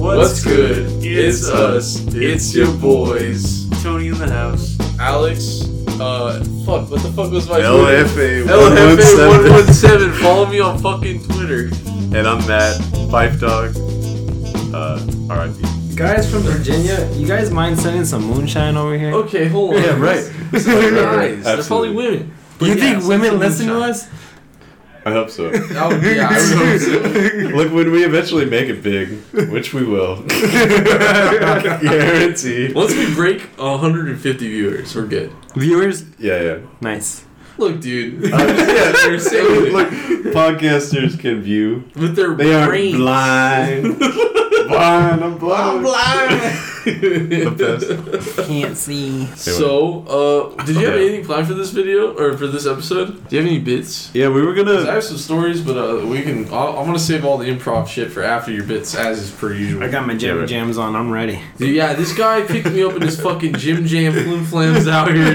What's good? It's us. It's your boys. Tony in the house. Alex, uh, fuck, what the fuck was my Twitter? LFA LFA117, follow me on fucking Twitter. and I'm Matt Pipe Dog. Uh, R.I.P. Guys from Virginia, you guys mind sending some moonshine over here? Okay, hold on. Yeah, right. These are guys. They're probably Absolutely. women. You But yeah, think so women it's listen to moonshine. us? I hope so. Oh, yeah, I would hope so. Look, when we eventually make it big, which we will, guarantee. Once we break 150 viewers, we're good. Viewers? Yeah, yeah. Nice. Look, dude. Uh, yeah. They're saying it. Look, podcasters can view. With their They are brains. blind. blind. I'm blind. I'm blind. The Can't see. So, uh, did you have Yeah. anything planned for this video or for this episode? Do you have any bits? Yeah, we were 'Cause I gonna. have some stories, but uh, we can. i I'm gonna save all the improv shit for after your bits, as is per usual. I got my Yeah, jammy right. jams on. I'm ready. Dude, yeah, this guy picked me up in his fucking Jim Jam Flim Flams out here,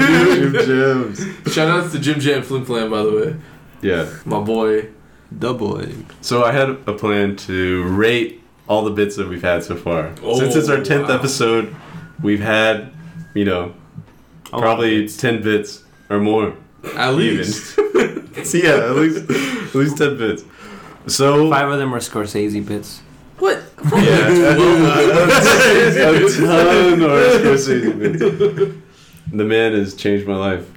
Jim dude. Jams. Shout out to Jim Jam Flim Flam, by the way, Yeah. my boy. The boy. So I had a plan to rate all the bits that we've had so far. Oh, Since it's our tenth wow. episode, we've had, you know, Oh, probably ten bits or more. At least So yeah, at least at least ten bits. So Five of them are Scorsese bits. what? yeah, a ton or Scorsese bits. The man has changed my life.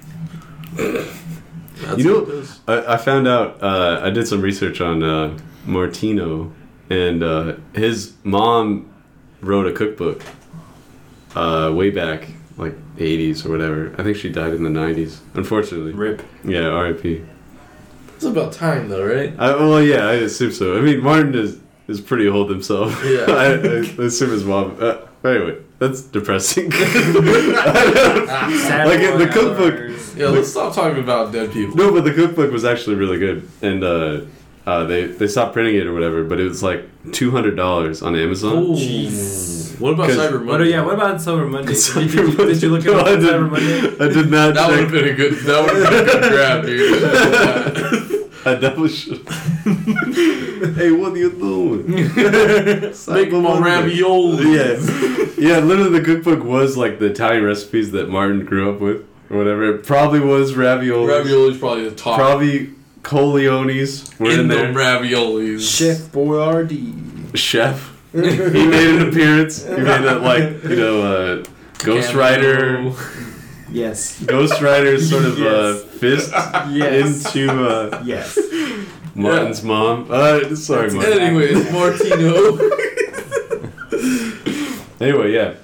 That's You know- what it is. I, I found out. Uh, I did some research on uh, Martino, and uh, his mom wrote a cookbook uh, way back, like '80s or whatever. I think she died in the '90s, unfortunately. Rip. Yeah, R.I.P. it's about time though, right? I, well, yeah, I assume so. I mean, Martin is is pretty old himself. Yeah. I, I assume his mom. Uh, anyway, that's depressing. Ah, I don't- like in the cookbook. Yeah, let's stop talking about dead people. No, but the cookbook was actually really good, and uh, uh, they they stopped printing it or whatever. But it was like two hundred dollars on Amazon. Ooh. Jeez. What about 'Cause- Cyber Monday? What are, yeah, what about Silver Monday? did, you, Cyber Monday. did you look No, at I didn't. Silver Monday? I did not. That would check. have been a good. That would have been a good grab, dude. I definitely should. hey, what are you doing? Make Cyber my Monday. ravioli. Yeah, yeah. Literally, the cookbook was like the Italian recipes that Martin grew up with, or whatever. It probably was raviolis. Ravioli's probably the top. Probably coleones were in, in there. them raviolis. Boyardee. Chef. he made an appearance. He made that like you know uh, Ghost Rider. Yes. Ghost Rider's sort of Yes. uh, fist Yes. into uh, yes. Martin's mom. Uh, sorry, Martin. Anyways, Martino. Anyway, yeah.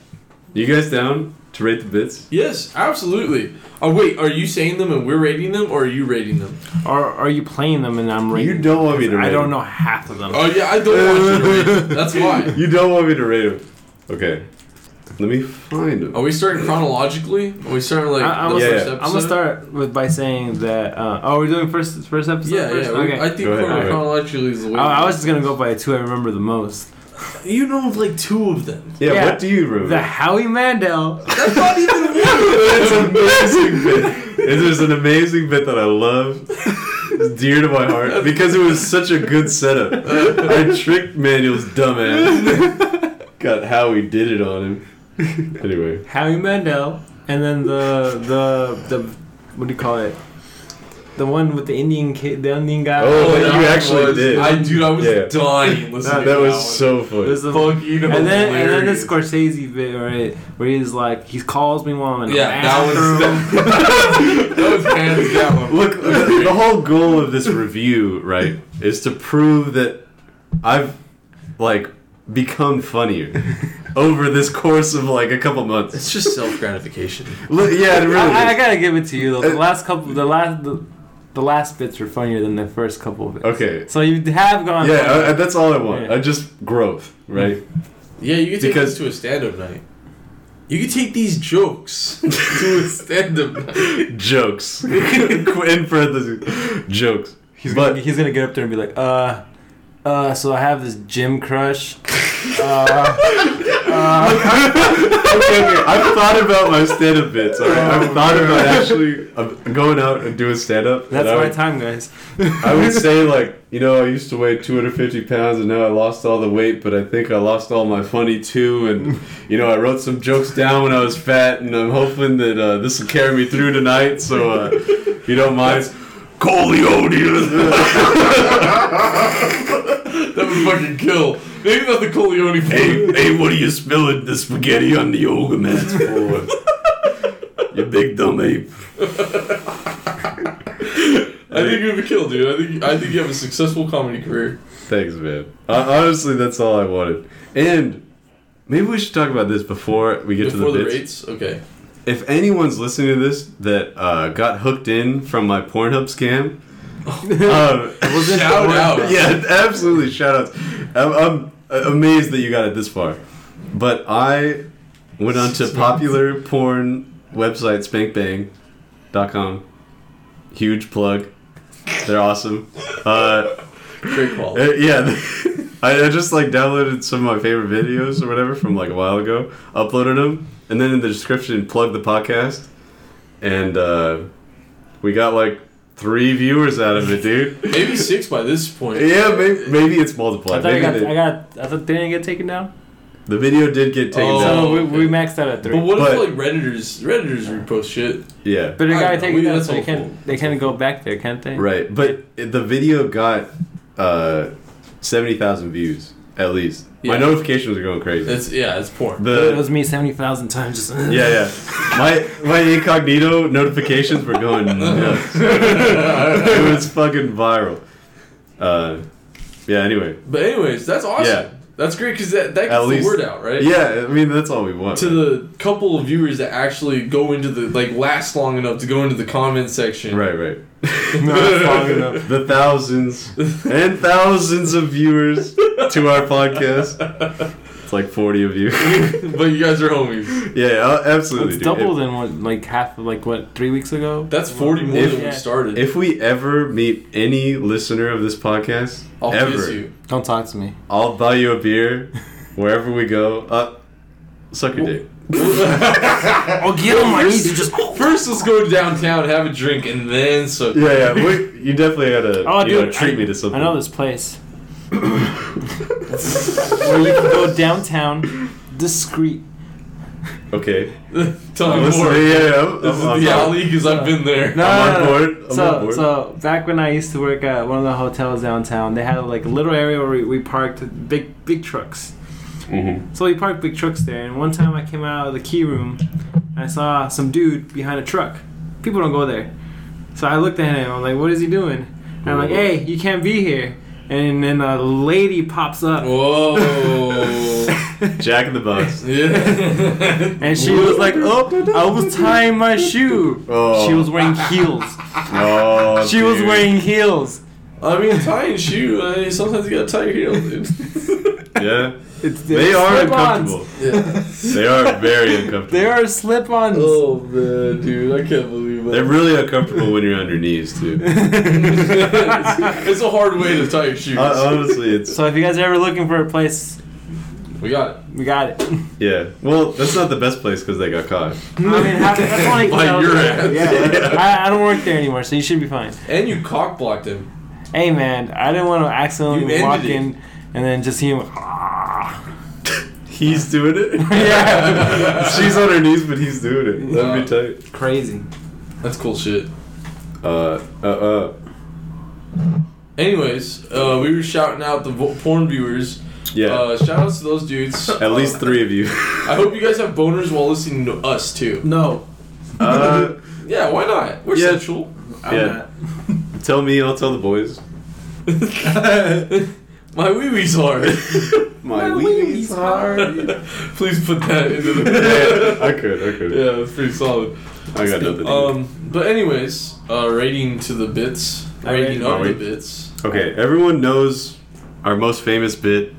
You guys down to rate the bits? yes, absolutely. Oh wait, are you saying them and we're rating them, or are you rating them? Or are you playing them and I'm rating? You don't want me to rate I don't them. know half of them. Oh yeah, I don't want you to rate them. That's why. You don't want me to rate them. Okay. Let me find them. Are we starting chronologically? Are we starting like I, I'm, the gonna Yeah. first start, episode? I'm gonna start with by saying that. Uh, oh, we're doing first first episode. Yeah, first? yeah. we- okay. I think Go ahead, chron- go ahead. chronologically is the way. I, I was just gonna go by two I remember the most. You know, of, like two of them. yeah, yeah. what do you remember? The Howie Mandel. That's not even one. That's an amazing bit. It is an amazing bit that I love. It's dear to my heart because it was such a good setup. I tricked Manuel's dumbass. Got how he did it on him. Anyway, Howie Mandel, and then the the the what do you call it? The one with the Indian kid, the Indian guy. Oh, that you I actually was- did. I dude, I was Yeah. dying listening. that, to was one. so It funny. was the- Fucking and then and then the hilarious. Scorsese bit right where he's like he calls me while I'm in the Yeah, that was bathroom. that was hands down. Look, the whole goal of this review, right, is to prove that I've like become funnier over this course of like a couple months. It's just self gratification. Look, yeah, it really. I, I- I is. gotta give it to you though. The Uh, last couple, the last, the, the last bits were funnier than the first couple of it. okay, So you have gone. Yeah, uh, I, I- that's all I want. Yeah. I just growth, right? Yeah, you can take this Because- to a stand up night. You can take these jokes to a stand up night. jokes. In parentheses, jokes. he's but- gonna, he's gonna get up there and be like, uh, uh. So I have this gym crush. Uh, uh, okay, okay. I've thought about my stand up bits. All right? Oh, I've thought about actually uh, going out and doing stand up. That's I my would, time, guys. I would say, like, you know, I used to weigh 250 pounds and now I lost all the weight, but I think I lost all my funny too. And, you know, I wrote some jokes down when I was fat, and I'm hoping that uh, this will carry me through tonight. So, uh, if you don't mind. Coleonius! That would fucking kill. Maybe not the Coleone food. hey, what are you spilling the spaghetti on the yoga mats for? you big dumb ape. I think you would kill, dude. I think I think you have a successful comedy career. Thanks, man. Uh, honestly, that's all I wanted. And maybe we should talk about this before we get Before to the the, bits. rates, okay. If anyone's listening to this that uh, got hooked in from my Pornhub scam, um, Shout out. yeah, absolutely. Shout outs. I'm, I'm uh, amazed that you got it this far. But I went on to popular porn website spankbang.com. Huge plug. They're awesome. Uh, Great call. uh, yeah, I, I just like downloaded some of my favorite videos or whatever from like a while ago, uploaded them, and then in the description plugged the podcast, and uh, we got like three viewers out of it, dude. Maybe six by this point. Yeah, maybe, maybe it's I multiplied. thought I Maybe got, they- I got, I thought they didn't get taken down. the video did get taken Oh. down. So we, we okay. maxed out at three. But what if But- like redditors redditors repost shit? Yeah, But it I got know, taken we- down, that's so they awful. can't, they can't go back there, can't they? right. But it- the video got uh, seventy thousand views at least. My Yeah. notifications are going crazy. That's yeah, it's porn. the It was me seventy thousand times. Just Yeah, yeah. My my incognito notifications were going nuts. it was fucking viral. Uh, yeah. Anyway, But anyways, that's awesome. Yeah. That's great because that, that At gets least- the word out, right? yeah. I mean, that's all we want. To the couple of viewers that actually go into the like last long enough to go into the comment section. right, right. Not long enough. The thousands and thousands of viewers to our podcast. It's like forty of you. but you guys are homies. yeah, uh, absolutely. It's dude. double than what, like half, of like what, three weeks ago. That's forty more If- than we started. If, if we ever meet any listener of this podcast, I'll ever, kiss you. Don't talk to me. I'll buy you a beer wherever we go. Uh, suck your dick. I'll get on my knees and just. First, let's go downtown, have a drink, and then so. Yeah, yeah. We, you definitely gotta, Oh, you dude, gotta treat I- me to something. I know this place. Where you can go downtown, discreet. Okay. Tell I'm me listening. more. Yeah, Uh-huh. yeah. This is I'm, I'm- the I'm- alley because I've been there. No, I'm no, on no, no. board. I'm Uh, so, on board. so back when I used to work at one of the hotels downtown, they had like a little area where we, we parked big big trucks. Mhm. So we parked big trucks there. And one time I came out of the key room, and I saw some dude behind a truck. People don't go there. So I looked at him. I'm like, what is he doing? And I'm like, hey, you can't be here. And then a lady pops up, Whoa. Jack in the Box. yeah. and she was like, oh, I was tying my shoe. Oh. She was wearing heels. Oh, She was dude. wearing heels. I mean, tie and shoe. Uh, sometimes you gotta tie your heel, dude. Yeah. It's, They it's are slip-ons. uncomfortable. yeah. They are very uncomfortable. They are slip-ons. Oh man, dude, I can't believe that. They're really uncomfortable when you're on your knees too. it's, it's a hard way to tie your shoes. Uh, honestly, it's So if you guys are ever looking for a place, we got it. we got it. I mean, yeah. Well, that's not the best place because they got caught. half, that's only By so- your ass. Yeah, I, I don't work there anymore, so you should be fine. And you cock blocked him. Hey man, I didn't want to accidentally You walk ended it. in and then just see him. "Ah." He's doing it. yeah, She's on her knees, but he's doing it. That'd be tight. crazy. That's cool shit. Uh, uh, uh. Anyways, uh, we were shouting out the vo- porn viewers. Yeah. Uh, shout outs to those dudes. Uh, At least three of you. I hope you guys have boners while listening to us too. No, Uh, Yeah, why not? We're Yeah. sensual. I'm Yeah. not. tell me, I'll tell the boys. My wee wee's hard. My, wee-wee's hard. Please put that into yeah, the. I could, I could. yeah, it's pretty solid. I got nothing. Um, but anyways, uh, rating to the bits, I rating rated- of the Alright. bits. okay, everyone knows our most famous bit,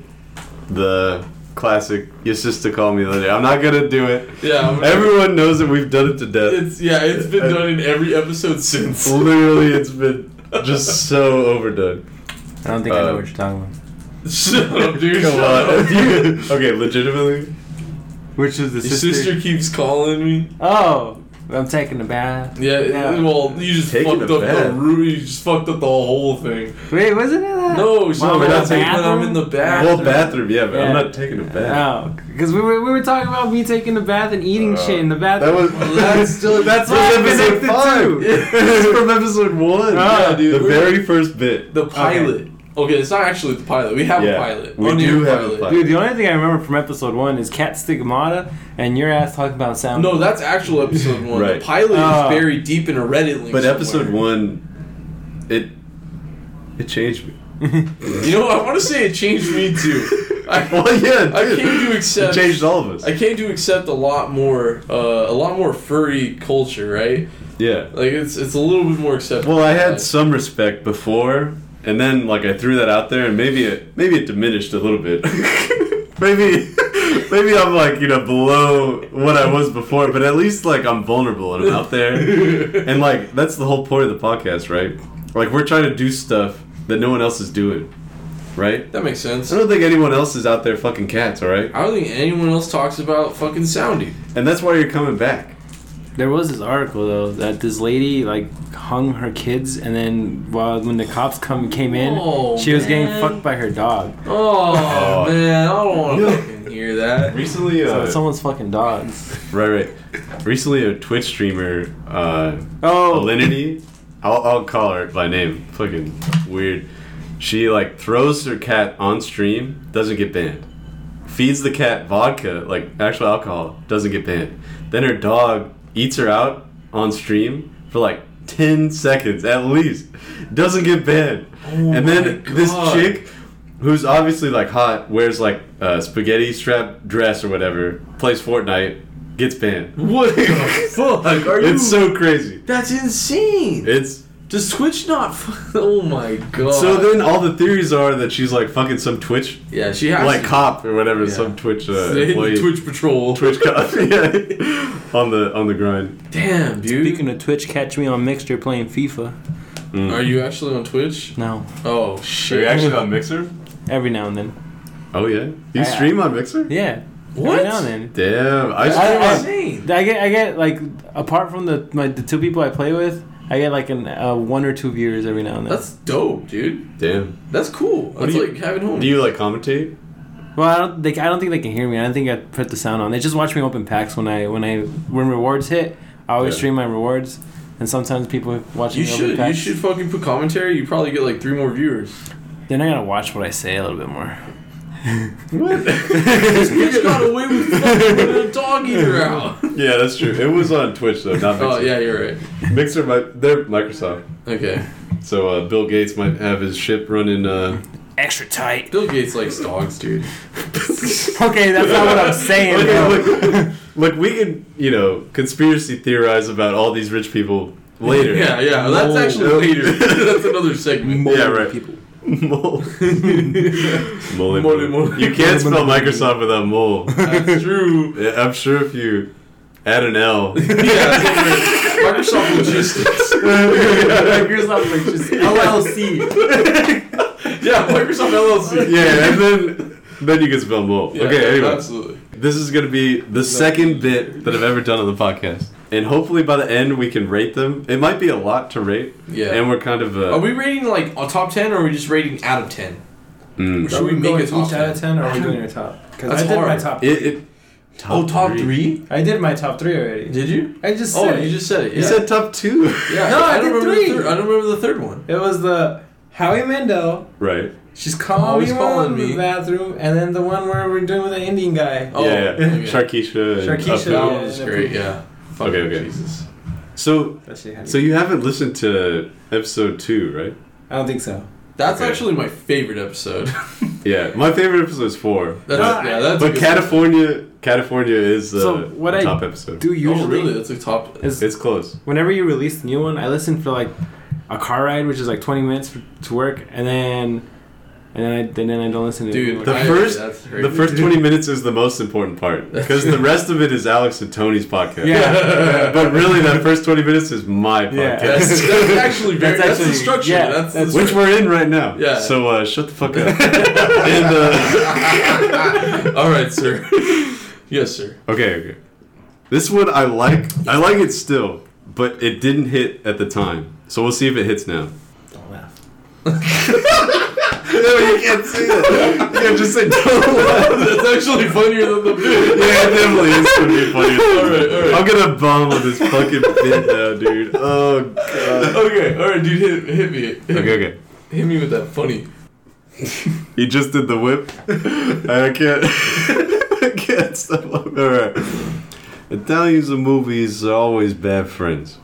the classic "Your sister called me the other day." I'm not gonna do it. Yeah, I'm- Everyone knows that we've done it to death. It's yeah, it's been done in every episode since. Literally, it's been just so overdone. I don't think I Uh, know what you're talking about. Shut up, dude. Come shut on. up. okay, legitimately, Which is the Your sister. sister keeps calling me. Oh, I'm taking a bath. Yeah, Yeah. well, you just Taking fucked a up the bath. room. You just fucked up the whole thing. Wait, wasn't it uh, that? No, she's While not we're not taking taking- when I'm in the bathroom. Well, bathroom, yeah, but Yeah. I'm not taking a bath. Oh, because we were, we were talking about me taking a bath and eating Uh, shit in the That bathroom. was that's still- that's from Why episode connect the five. two? It's from episode one. Ah, Yeah, dude, the we're- very first bit. The pilot. Okay. it's not actually the pilot. We have a Yeah, pilot. we On-air do have a pilot. Dude, the only thing I remember from episode one is Cat Stigmata and your ass talking about sound. No, that's actual episode one. Right. The pilot Ah. is buried deep in a Reddit link. But episode somewhere. one, it it changed me. You know, I want to say it changed me too. I, well, yeah, I dude. came to accept- It changed all of us. I came to accept a lot more, uh, a lot more furry culture, right? yeah. Like it's it's a little bit more acceptable. Well, I had Like, some respect before, and then like I threw that out there, and maybe it maybe it diminished a little bit. maybe maybe I'm like you know below what I was before, but at least like I'm vulnerable and I'm out there, and like that's the whole point of the podcast, right? Like we're trying to do stuff that no one else is doing, right? that makes sense. I don't think anyone else is out there fucking cats, all right? I don't think anyone else talks about fucking Soundy. And that's why you're coming back. There was this article though that this lady like hung her kids, and then while when the cops come came in, Oh, she was man. getting fucked by her dog. Oh man, I don't want to Yeah. fucking hear that. Recently, So it's Uh, someone's fucking dogs. Oh. right, right. Recently, a Twitch streamer. Uh, Oh, Alinity, I'll, I'll call her by name. Fucking weird. She like throws her cat on stream, doesn't get banned. Feeds the cat vodka, like actual alcohol, doesn't get banned. Then her dog eats her out on stream for like 10 seconds at least, doesn't get banned. and then Oh my this God. chick who's obviously like hot wears like a spaghetti strap dress or whatever, plays Fortnite, gets banned. What the fuck are you? It's so crazy. That's insane. It's Does Twitch not? fu- Oh my god. So then all the theories are that she's like fucking some Twitch yeah, she has like to- cop or whatever, Yeah. some Twitch They uh, hit the employee. Twitch patrol. Twitch cop. yeah. On the on the grind. Damn, dude. speaking of Twitch, catch me on Mixer playing FIFA. Mm. Are you actually on Twitch? No, Oh shit. on Mixer? every now and then. Oh yeah. You I- stream on Mixer? Yeah, What? every now and then. Damn. I That's stream I- on insane. I get, I get like apart from the my the two people I play with, I get like an uh, one or two viewers every now and then. That's dope, dude. Damn. That's cool. That's do you- like having home. Do you like commentate? Well, I don't. They, I don't think they can hear me. I don't think I put the sound on. They just watch me open packs when I when I when rewards hit. I always Yeah. stream my rewards, and sometimes people watch You me open should. You packs. should fucking put commentary. You probably get like three more viewers. Then I gotta watch what I say a little bit more. What? This bitch got away with fucking putting a dog eater out. yeah, that's true. It was on Twitch though, not Mixer. Oh yeah, you're right. Mixer mi- they're Microsoft. Okay. So uh, Bill Gates might have his ship running uh Extra tight. Bill Gates likes dogs, dude. Okay, that's not what I'm saying. Okay, bro. look, look, we can, you know, conspiracy theorize about all these rich people later. Yeah, yeah. That's Mold. actually later. that's another segment. Yeah, right. People. Mole. mole, Mole, mole. You can't spell Microsoft without mole. That's true. Yeah, I'm sure if you add an L. Yeah. Microsoft Logistics. Microsoft like just LLC. Yeah, Microsoft LLC. yeah, and then then you can spell mole. Yeah, okay, anyway. Absolutely. This is going to be the second bit that I've ever done on the podcast. And hopefully by the end we can rate them. It might be a lot to rate. Yeah. And we're kind of uh, Are we rating like a top ten, or are we just rating out of ten? mm. Should we make a top ten? ten, or are we doing your top? Because That's I did my hard. top. It, it Oh, top three? I did my top three already. Did you? I just Oh, said you it. just said it. You yeah. said top two. yeah. No, I don't did remember three. The third, I don't remember the third one. It was the Howie Mandel. Right. She's calling Always me calling calling in me. the bathroom, and then the one where we're doing with the Indian guy. Oh, yeah, yeah. okay. Sharkeisha. and Sharkeisha, Uphill. That Yeah, one was yeah, great. yeah. Yeah. Fuck Okay, okay. Jesus. So, That Oh, shit had so you haven't listened to episode two, right? I don't think so. That's Okay. actually my favorite episode. Yeah. My favorite episode is four. That's, Ah, yeah, that's. a but good- California, California is uh, So, what the I top episode. Do usually Oh, really? That's a top. is It's close. whenever you release the new one, I listen for like a car ride, which is like twenty minutes for, to work, and then and then I and then I don't listen to it. Dude, anymore. The I- first- that's great. The first twenty minutes is the most important part because the rest of it is Alex and Tony's podcast. Yeah. But really, that first twenty minutes is my Yeah. That's, podcast, that's actually very. That's That's, the actually- structure. yeah, that's, the that's- structure. which we're in right now. Yeah. So uh, shut the fuck up. and uh, All right, sir. Yes, sir. Okay, okay. This one I like. I like it still, but it didn't hit at the time. So we'll see if it hits now. Don't laugh. No, you can't see it. You can just say don't That's actually funnier than the bit. Yeah, it definitely is gonna be funny. Alright, alright. I'm gonna bomb with this fucking bit now, dude. Oh god. Okay, all right, dude, hit, hit me. Hit, Okay, okay. hit me with that funny. He just did the whip. I can't. I can't stop. All right. Italians in movies are always bad friends.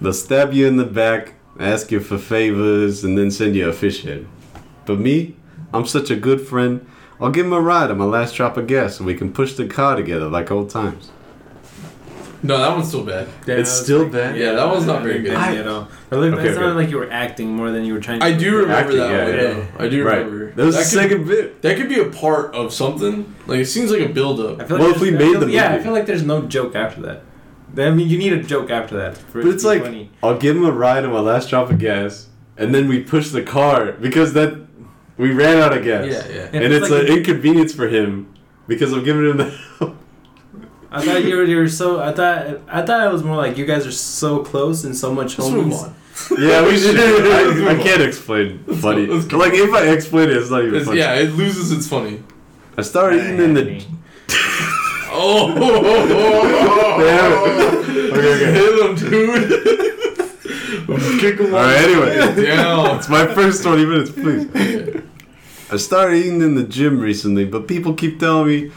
They'll stab you in the back, ask you for favors, and then send you a fish head. But me, I'm such a good friend. I'll give him a ride on my last drop of gas, and we can push the car together like old times. No, that one's still bad. Yeah, It's that was still like- bad. Yeah, that one's not very good. I, at all. It looked, Okay, it sounded okay. like you were acting more than you were trying. to I do remember Acting, that yeah, one. yeah. though. I do Right. remember. That was the could- second bit. That could be a part of something. Like it seems like a buildup. I feel Well, like if we there's- I made feel- the yeah, I movie. feel like there's no joke after that. I mean, you need a joke after that. For it But to it's be like funny. I'll give him a ride on my last drop of gas, and then we push the car because that we ran out of gas. Yeah, yeah. And, it's, an inconvenience for him because I'm giving him the. I thought you were, you were so. I thought I thought it was more like you guys are so close and so much Let's homies. move on. yeah, we should. Let's move I, I on. can't explain funny. let's go. Like if I explain it, it's not even It's- funny. yeah, it loses its funny. I started eating in the. Oh, Damn it. Okay, okay. hit him, dude. Kick him All right, anyway, down. it's my first twenty minutes, please. I started eating in the gym recently, but people keep telling me,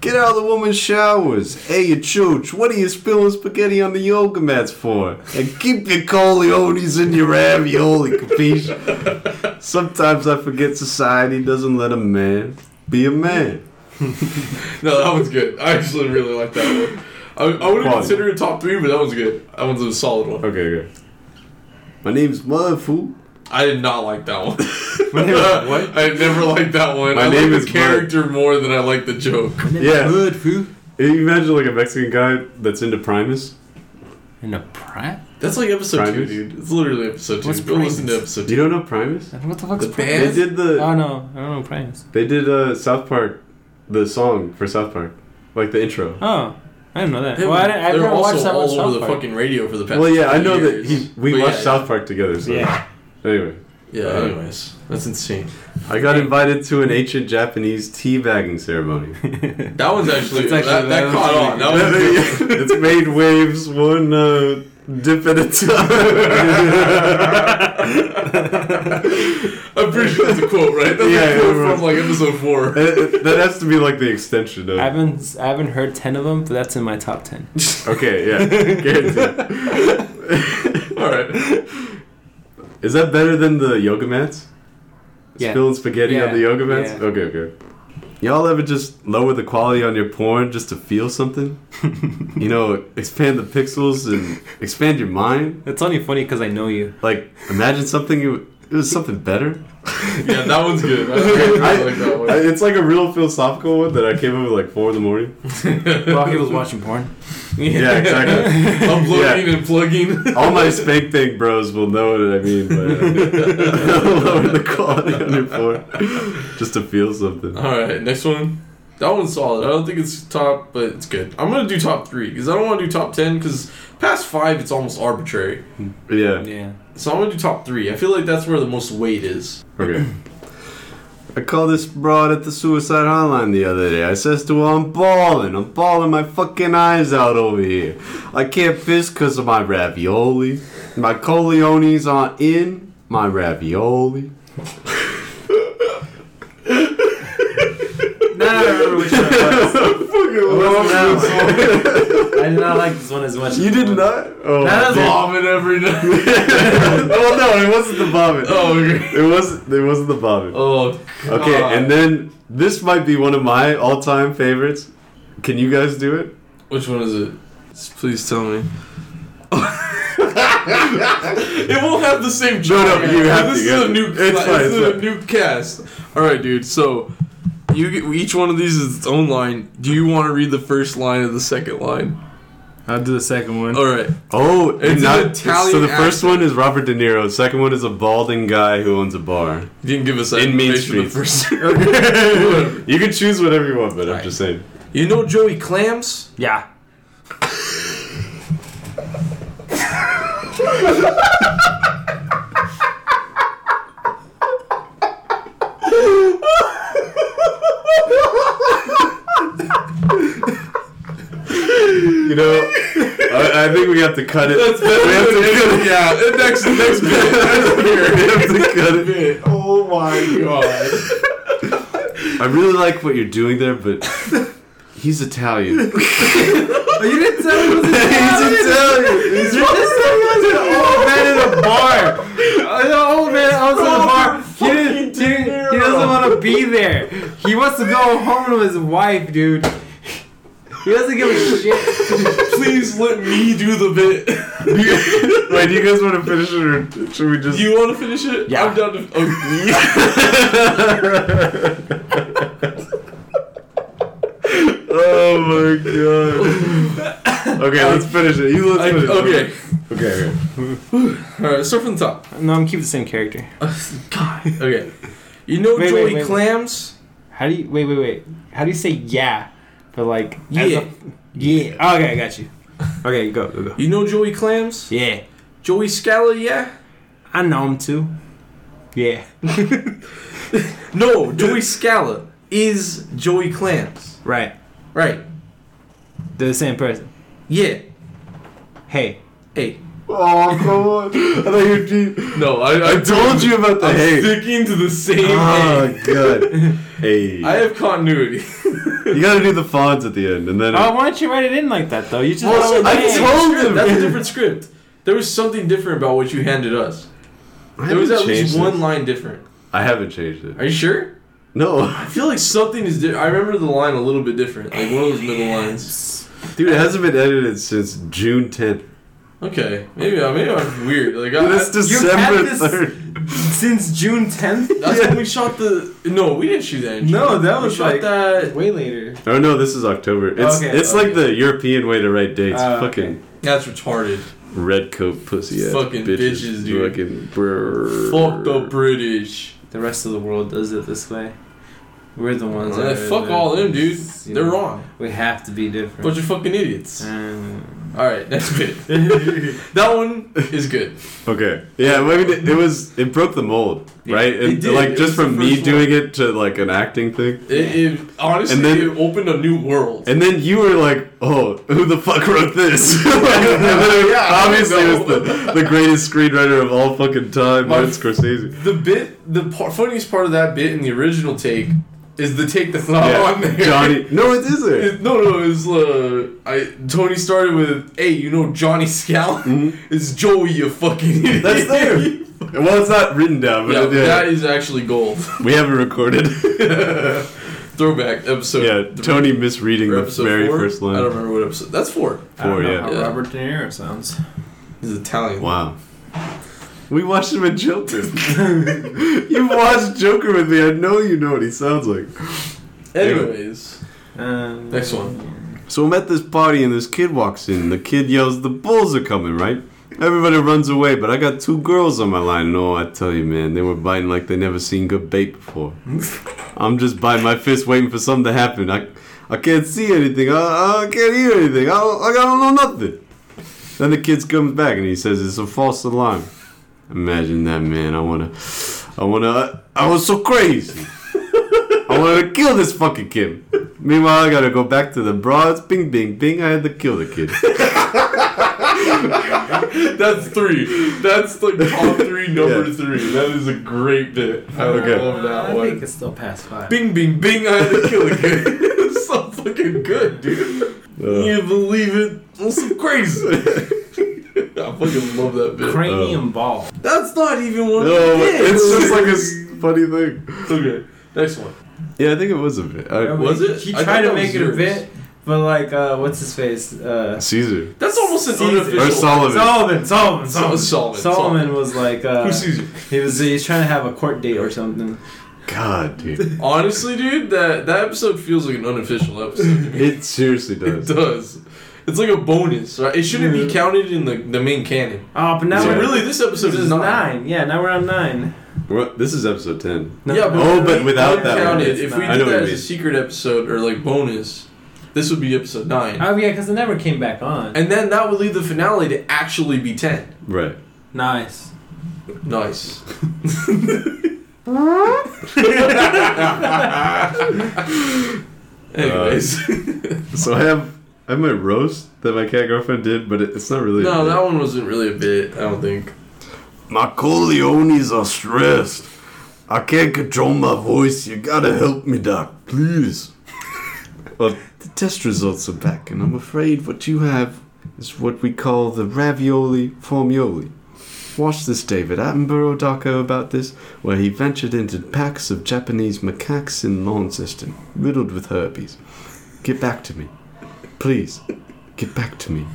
get out of the woman's showers. Hey, you chooch, what are you spilling spaghetti on the yoga mats for? And keep your coleones in your ravioli, capiche? Sometimes I forget society doesn't let a man be a man. No, that one's good. I actually really like that one. I, I wouldn't Quality. consider it top three, but that one's good. That one's a solid one. Okay, okay. My name's Mud Fool. I did not like that one. My name is what? I never liked that one. My I name like is the Bud. character more than I like the joke. Yeah. Good food. You imagine like a Mexican guy that's into Primus? In a prat? That's like episode Primus? two, dude. It's literally episode two. What's Go listen to Primus? episode two. You don't know Primus? What the fuck's The prat? band? They did the Oh no, I don't know primes. They did uh, South Park, the song for South Park, like the intro. Oh, I didn't know that. They Well, I didn't, I've they're never also watched that all much over South the Park. fucking radio for the past. Well, yeah, I know that years. he, we But watched yeah, South Park together. So Yeah. anyway, Yeah. Anyways, that's insane. I got invited to an ancient Japanese teabagging ceremony. That one's actually, It's actually- that, that, that caught was on. pretty That was good. it's made waves one uh, dip at a time. I'm pretty sure that's a quote, right? That's Yeah, a yeah, quote right. from like episode four. Uh, that has to be like the extension I of. haven't I haven't heard ten of them, but that's in my top ten. Okay, yeah, guaranteed. All right. Is that better than the yoga mats? Yeah. Spilling spaghetti on Yeah. the yoga mats? Yeah. Okay, okay. Y'all ever just lower the quality on your porn just to feel something? you know, expand the pixels and expand your mind? It's only funny because I know you. Like, imagine something, you- it was something better? Yeah, that one's good. I, I- I like that one. I- it's like a real philosophical one that I came up with like 4 in the morning. While he was watching porn. Yeah, exactly. Uploading and plugging. All my spank bank bros will know what I mean, but uh, lower the quality on your porn just to feel something. All right, next one. That one's solid. I don't think it's top, but it's good. I'm gonna do top three because I don't want to do top ten because past five it's almost arbitrary. Yeah. yeah. So I'm gonna do top three. I feel like that's where the most weight is. Okay. I called this broad at the suicide hotline the other day. I says to her, I'm bawling. I'm bawling my fucking eyes out over here. I can't piss 'cause of my ravioli. My coleones aren't in my ravioli. No, I don't remember which one it was. you I did not like this one as much. as the did one- not? Oh, That is dude. Bombing every night. well, no, it wasn't the bobbin. Oh, okay. It wasn't, it wasn't the bobbin. Oh, Okay, God. and then this might be one of my all time favorites. Can you guys do it? which one is it? S- Please tell me. it won't have the same. No, no, charm. you have this to, is you have a to. new. It's cla- fine, this it's is a fine. new cast. All right, dude. So. You get, each one of these is its own line. Do you want to read the first line of the second line? I'll do the second one. All right. Oh, It's an not, Italian so the first accent. one is Robert De Niro. The second one is a balding guy who owns a bar. You didn't give us that In Mean information the Streets. first. you can choose whatever you want, but I'm Right. just saying. You know Joey Clams? Yeah. You know, I, I think we have to cut it. That's better we have than to cut it. Yeah, and next next bit. Next We have to cut it. bit. Oh my god. I really like what you're doing there, but he's Italian. he's you didn't tell me it was Italian. He's old man in a bar. An old man owns Robert the bar. He, fucking didn't, De dude, he Niro. doesn't want to be there. He wants to go home to his wife, dude. He doesn't give a shit. Please let me do the bit. Wait, do you guys want to finish it, or should we just? Do you want to finish it? Yeah. I'm down to. Oh, oh my god. Okay, let's finish it. You I, let's finish okay. it. Okay. Okay. Alright, start from the top. No, I'm keeping the same character. God. Okay. You know Wait, wait, Joey wait, wait. Clams? How do you wait? Wait, wait. How do you say yeah? But like as Yeah. a- yeah. Oh, Okay, I got you. Okay, go go go. You know Joey Clams? Yeah, Joey Scala, yeah? I know him too. Yeah. No, Joey Scala is Joey Clams. Right. Right. They're the same person. Yeah. Hey. Hey. Oh come on! I thought you were deep. No, I, I told you about the I'm hey. sticking to the same hey. Oh god. Hey. I have continuity. you gotta do the fonts at the end, and then. Oh, why don't you write it in like that though? You just Also, I that's a told different script. him. That's a different script. There was something different about what you handed us. I There was haven't at least changed one it. line different. I haven't changed it. Are you sure? No, I feel like something is different. I remember the line a little bit different. Like one of those middle lines. dude, it hasn't been edited since June 10th. Okay. Maybe I maybe I'm weird. Like I, This that's December this- 3rd. Since June 10th? when we shot the No, we didn't shoot that. in No, June. that We was shot like- that Way later. Oh no, this is October. It's Okay, it's like the European way to write dates. Uh, fucking okay. That's retarded. red coat pussy ass Fucking bitches, dude. Fucking brr. Fuck the British. The rest of the world does it this way. We're the ones Eh, that. are- fuck that- all them, dude. you They're know, wrong. We have to be different. Bunch of fucking idiots. Um, All right, next bit. that one is good. Okay. Yeah, I mean, it, it was it broke the mold, right? it It- did. Like It just was the from me first doing it to like an acting thing. It, it honestly And then- it opened a new world. And then you were like, "Oh, who the fuck wrote this?" Like, and then it Yeah, I obviously, don't it was the, the greatest screenwriter of all fucking time, My- Martin Scorsese. the bit, the par- funniest part of that bit in the original take is the take that's not Yeah, on there. Johnny. No, it isn't. It- no, no, it's uh, I Tony started with, "Hey, you know Johnny Scout? It's Joey, you fucking idiot." Mm-hmm. That's there. well, it's not written down, but Yeah, it- yeah, that is actually gold. we haven't recorded. Throwback episode. yeah, Tony misreading or the episode very four? first I don't line. remember what episode. That's four. I don't Four, know yeah. how Yeah. Robert De Niro sounds. He's Italian. Wow. We watched him in Joker. you watched Joker with me. I know you know what he sounds like. Anyways, Um, Next one. So I'm at this party and this kid walks in. The kid yells, "The bulls are coming!" Right? Everybody runs away, but I got two girls on my line, and oh, I tell you, man, they were biting like they never seen good bait before. I'm just biting my fist, waiting for something to happen. I, I can't see anything. I, I can't hear anything. I, don't- I don't know nothing. Then the kid comes back and he says, "It's a false alarm." Imagine that, man. I wanna, I wanna, I was so crazy. I wanted to kill this fucking kid. Meanwhile, I gotta go back to the broads. Bing, bing, bing. I had to kill the kid. that's three. That's like top three, number Yeah. three. That is a great bit. I Okay. love Uh, I that think one. it's still past five. Bing, bing, bing. I had to kill a kid. it's so fucking good, dude. Uh, You believe it? That's so crazy. I fucking love that bit. Cranium ball. That's not even one. of no, the bits. it's just like a s- funny thing. okay. Next one. Yeah, I think it was a uh, bit. I, was it? He tried I thought to that make was it yours. a bit, but like, uh, what's his face? Uh, Caesar. That's almost an Caesar. unofficial. Or Solomon. Solomon, Solomon, Sol- Solomon. Solomon, Solomon. Solomon was like, uh, Who sees you? he was he's trying to have a court date or something. God, dude. Honestly, dude, that that episode feels like an unofficial episode. to me. It seriously It does. does. It's like a bonus, right? It shouldn't be Yeah. counted in the, the main canon. Oh, but now so Yeah. we're really, this episode this is is not. nine. Yeah, now we're on nine. We're- this is episode 10. Yeah, but Oh, but without that counted. one. If we I know did what that as you a mean. secret episode or like bonus, This would be episode nine. Oh yeah, because it never came back on. And then that would leave the finale to actually be 10. Right. Nice. Nice. Uh, Anyways. So I have I have my roast that my cat girlfriend did, but it, it's not really. no, that one wasn't really a bit, I don't think. My coliones are stressed. I can't control my voice. You gotta help me, doc, please. well, the test results are back, and I'm afraid what you have is what we call the ravioli formioli. Watch this David Attenborough doco about this, where he ventured into packs of Japanese macaques in Launceston, riddled with herpes. Get back to me. Please, get back to me.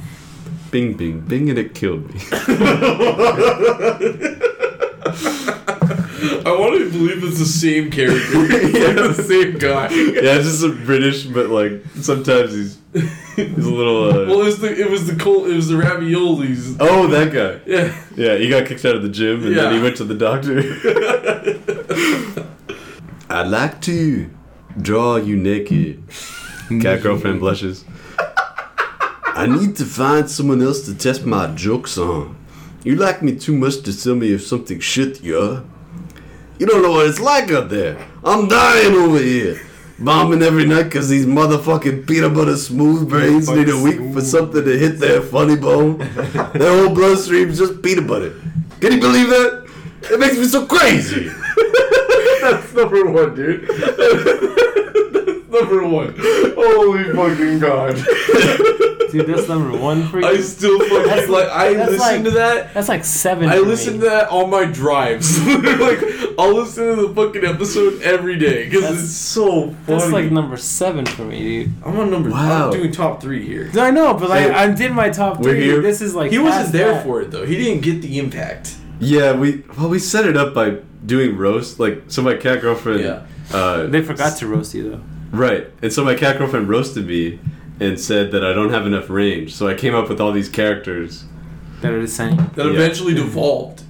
Bing, bing, bing, and it killed me. I want to believe it's the same character. Yeah. It's the same guy. yeah, it's just a British, but like sometimes he's he's a little. Uh, Well, it was the it was the col- it was the raviolis. oh, that guy. Yeah. Yeah, he got kicked out of the gym, and then Yeah. he went to the doctor. I'd like to draw you naked. Cat girlfriend blushes. I need to find someone else to test my jokes on. You like me too much to tell me if something shit you are. You don't know what it's like out there. I'm dying over here. Bombing every night because these motherfucking peanut butter smooth brains need a week for something to hit their funny bone. their whole bloodstream's just peanut butter. Can you believe that? It makes me so crazy. That's number one, dude. That's number one. Holy fucking god. Dude, that's number one for you. I still fucking That's- like. I that's listen like- to that. that's like seven. I for listen me. to that on my drives. like I'll listen to the fucking episode every day because That's- it's so funny. That's like number seven for me, dude. I'm on number. Wow. I'm doing top three here. I know, but like Hey, I did my top we're three. here. This is like He wasn't past there that. for it though. He didn't get the impact. Yeah, we well we set it up by doing roast. Like so, my cat girlfriend. Yeah. Uh, They forgot to roast you though. Right. And so my cat girlfriend roasted me and said that I don't have enough range. So I came up with all these characters. That are the same. That Yeah. eventually devolved.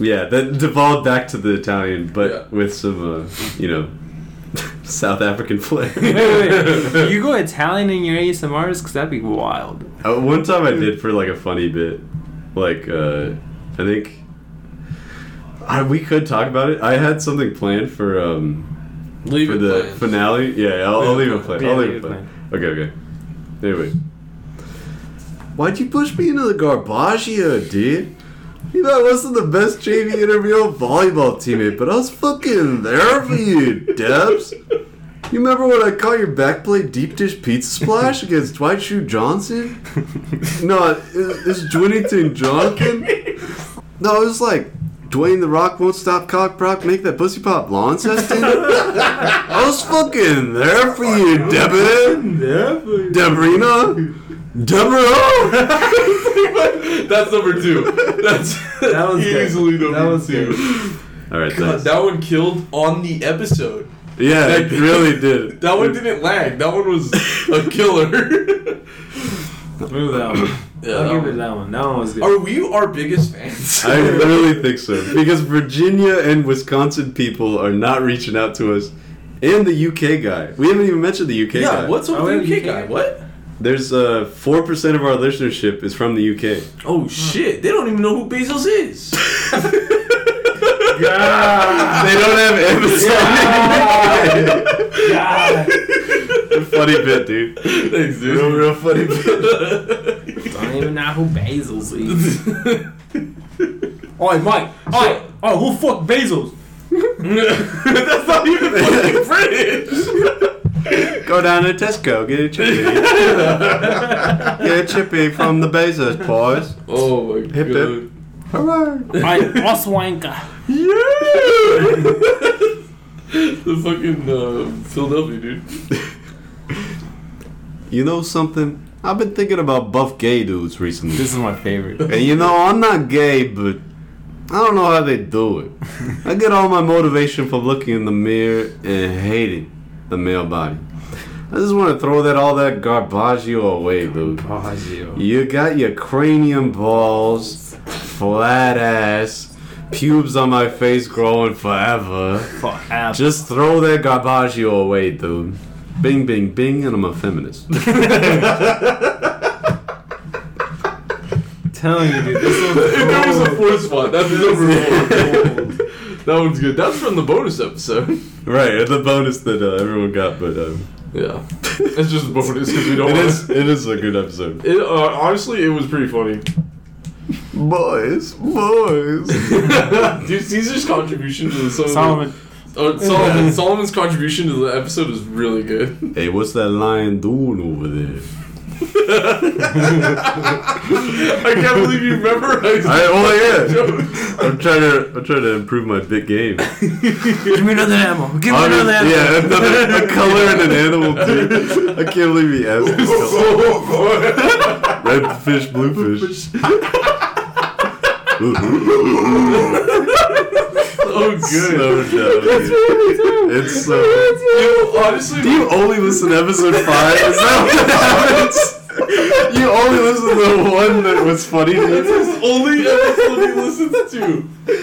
Yeah, that devolved back to the Italian, but Yeah. with some, uh, you know, South African flair. Wait, wait, wait. you go Italian in your ASMRs? Because that'd be wild. Uh, One time I did for like a funny bit. Like, uh, I think. I, we could talk about it. I had something planned for um, Leave for it. the bland. finale. Yeah, I'll, I'll leave it play. Yeah, I'll leave leave it it play. Okay, okay. Anyway. Why'd you push me into the Garbaggio, dude? You know, I wasn't the best JV intramural volleyball teammate, but I was fucking there for you, Debs. You remember when I caught your backplate deep dish pizza splash against Dwight Shoe Johnson? No, it- it's Dwinnington Johnson. No, it was like Dwayne the Rock won't stop cock proc, make that pussy pop Launceston. I was fucking there for you, Deborah. Deborina. Deborah. That's number two. That's That one's good. easily number That one's two. All right, God, thanks. that one killed on the episode. yeah, it really did. That one didn't lag. That one was a killer. Remove that one. Yeah, I'll that give it one. that one. That one was good. Are we our biggest fans? I literally think so because Virginia and Wisconsin people are not reaching out to us, and the UK guy. We haven't even mentioned the UK guy. yeah, what's up Oh, with yeah, the you UK guy? can. What? There's uh, four percent of our listenership is from the UK. Oh shit! They don't even know who Bezos is. Ah. They don't have Amazon. God. funny bit, dude. Thanks, Real, dude. real funny bit. Don't even know who Basil's is. Oi, Mike. Oi. Oh, who fuck Basil's? That's not even fucking British. Go down to Tesco, get a chippy. get a chippy from the Bezos boys. Oh my Hip hip. god. Hooray! Oi, Oswanka. The fucking uh, Philadelphia dude. You know something? I've been thinking about buff gay dudes recently. This is my favorite. And you know, I'm not gay, but I don't know how they do it. I get all my motivation from looking in the mirror and hating the male body. I just want to throw that all that garbaggio away, dude. You got your cranium balls, flat ass, pubes on my face growing forever. Fuck. Just throw that garbaggio away, dude. Bing, bing, bing, and I'm a feminist. telling you, dude. This one's if there was a cold. fourth spot, that's number one. That one's good. That's from the bonus episode. right, the bonus that uh, everyone got, but um, Yeah, it's just bonus because we don't. it wanna- is it is a good episode. It, uh, honestly, it was pretty funny. Boys, boys. Dude, Caesar's contribution to the Solomon. Uh, Solomon Solomon's contribution to the episode is really good. hey, what's that lion doing over there? I can't believe you memorized. I, oh Joke. yeah, I'm trying to I'm trying to improve my big game. Give me another ammo. Give me Honest- another ammo. yeah, another, a color and an animal. Dude. I can't believe he asked. me color. Oh, Red fish, blue fish. so So Oh, good. dumb, dude. It's so. You honestly, Do you only listen to episode five? Is that what happens? You only listen to the one that was funny. to that's you? his only episode he listens to.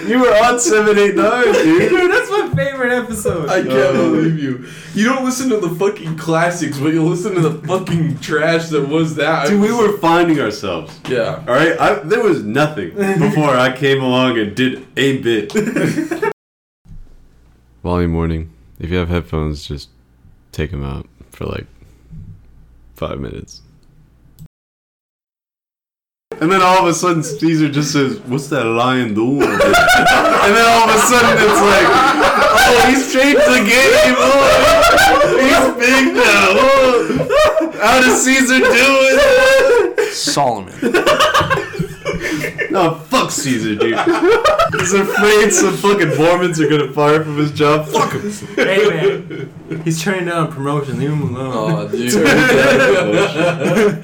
You were on seven, eight, nine, dude. Dude, that's my favorite episode. I can't Oh. believe you. You don't listen to the fucking classics, but you listen to the fucking trash that was that. Dude, we were finding ourselves. Yeah. All right, I, there was nothing before I came along and did a bit. Volume warning: If you have headphones, just take them out for like five minutes. And then all of a sudden, Caesar just says, "What's that lion doing?" over there?" and then all of a sudden, it's like, "Oh, he's changed the game. Oh, he's big now. Oh, how does Caesar do it?" Solomon. No, fuck Caesar, dude. He's afraid some fucking Mormons are gonna fire him from his job. Fuck him. hey man, he's turning down promotion. Leave him alone. Oh, dude.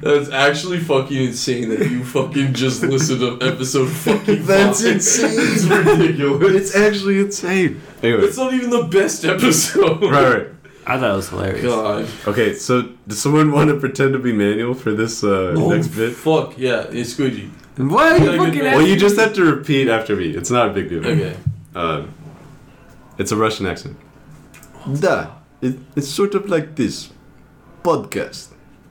That's actually fucking insane that you fucking just listened to episode fucking. That's five. insane. It's ridiculous. It's actually insane. Anyway, It's not even the best episode. right, right. I thought it was hilarious. God. Okay, so does someone want to pretend to be manual for this uh, next bit? Oh, Fuck yeah, it's squidgy. Why are Yeah, you good fucking man. at Well, you just have to repeat after me. It's not a big deal. Okay. Uh, it's a Russian accent. Da. It, it's sort of like this podcast.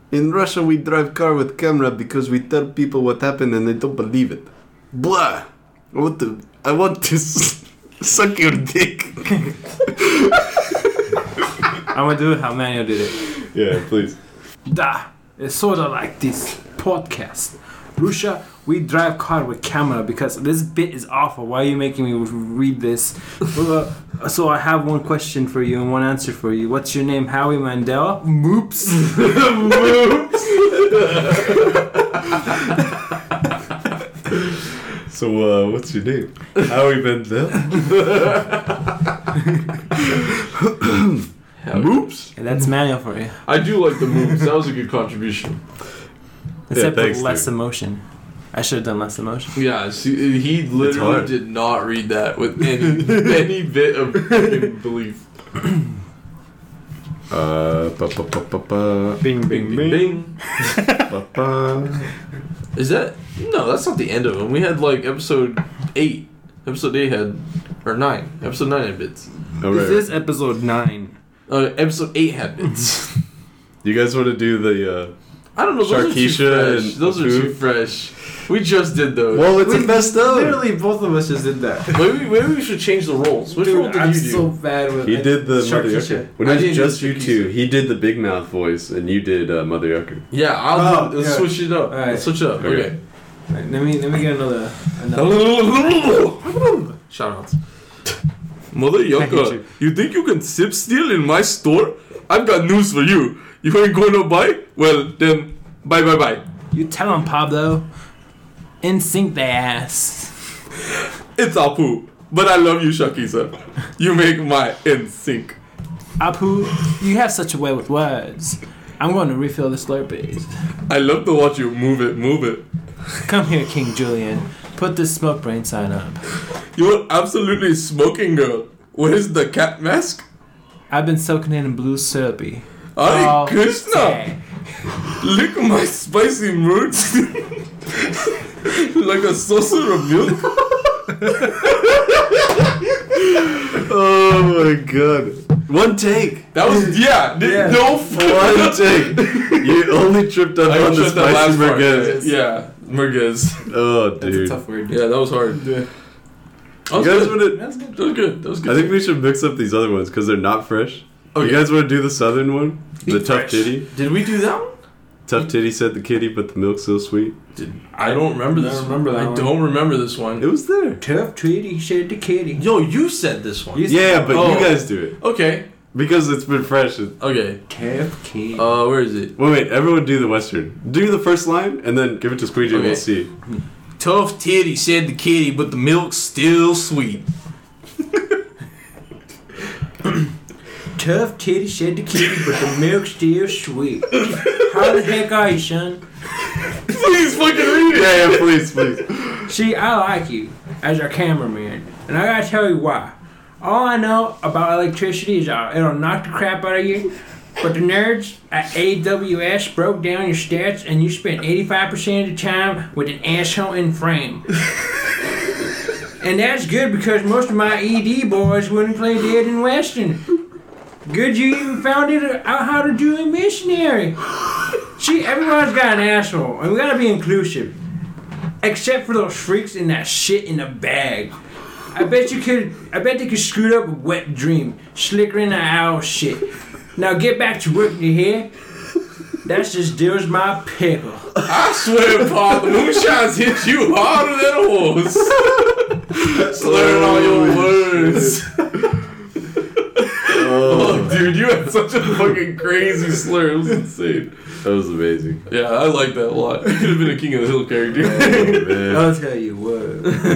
In Russia, we drive car with camera because we tell people what happened and they don't believe it. Blah. I want to. I want to s- suck your dick. I'm gonna do it how Manuel did it. Yeah, please. Da, it's sorta like this podcast. Russia, we drive car with camera because this bit is awful. Why are you making me read this? Uh, so I have one question for you and one answer for you. What's your name? Howie Mandel? Moops. So, uh, what's your name? How we been there? Moops? And that's Manuel for you. I do like the moops. That was a good contribution. Except thanks, for less dude. emotion. I should have done less emotion. Yeah, see, he hard. literally did not read that with any any bit of fucking belief. Uh, ba ba ba ba ba Bing, Bing, bing, bing. ba ba. Is that no? That's not the end of them. We had like episode eight. Episode eight had or nine. Episode nine had bits. All This right. is episode 9. Uh, episode eight had bits. you guys want to do the? Uh, I don't know. Those Sharkeisha are too fresh. and Those are too fresh. We just did those. well, it's a best of. Literally, both of us just did that. Maybe, maybe we should change the roles. Which Dude, role did I'm you do? so bad with He it. did the Mother Sharkeisha. Yucker. When I it was didn't do just you Sharkeisha. two, he did the Big Mouth voice, and you did uh, Mother Yucker. yeah, I'll Oh, do, let's yeah. switch it up. Alright. Let's switch it up. Okay. Okay. Alright, let me let me get another. another. Shout outs. Mother hate Yucca, you. you think you can sip steal in my store? I've got news for you. You ain't gonna buy? Well, then, bye bye bye. You tell him, Pablo. In sync their ass. It's Apu, but I love you, Shakisa. You make my in sync. Apu, you have such a way with words. I'm going to refill the Slurpees. I love to watch you move it, move it. Come here, King Julian. Put this smoke brain sign up. You're absolutely smoking, girl. Where's the cat mask? I've been soaking in blue syrupy. Hare All Krishna! day. Lick my spicy moods like a saucer of milk. Oh my god. One take. That was yeah. n- Yeah. No One fucking take. You only tripped up I on the tripped that spicy last part. merguez. Yeah, merguez. Oh, That's a dude. tough word. Yeah, that was hard. Yeah. That You was guys good. want to? That's good. That was good. That was I good. think we should mix up these other ones because they're not fresh. Okay. You guys want to do the southern one? Be the tough fresh. titty. Did we do that one? Tough titty said the kitty, but the milk's so sweet. I don't remember I this. don't remember one. that I one. don't remember this It one. was there. Tough treaty, said the kitty. Yo, you said this one. You- Yeah, but Oh. you guys do it Okay. because it's been fresh. Wait, Okay. Tough kitty. Uh, where is it? wait. Everyone do the western. Do the first line and then give it to Squeegee. and Okay. We'll see. Tough titty said the kitty, but the milk's still sweet. Tough titty said the kitty, but the milk's still sweet. How the heck are you, son? Please fucking read it. Yeah, yeah. Please, please. See, I like you as a cameraman, and I gotta tell you why. All I know about electricity is uh, it'll knock the crap out of you. But the nerds at AWS broke down your stats, and you spent 85% of the time with an asshole in frame. and that's good because most of my ED boys wouldn't play Dead and Western. Good you even found it out how to do a missionary. See, everyone's got an asshole, and we gotta be inclusive. Except for those freaks in that shit in a bag. I bet you could. I bet they could screw it up with wet dream, slicker in the owl shit. Now get back to work, you hear? That's just deals my pickle. I swear, Paul, the moonshine's hit you harder than a horse. Slurring all your words. Oh, Look, dude, you had such a fucking crazy slur. It was insane. that was amazing. Yeah, I like that a lot. You could have been a King of the Hill character. Oh, man. I'll tell you what. Yeah.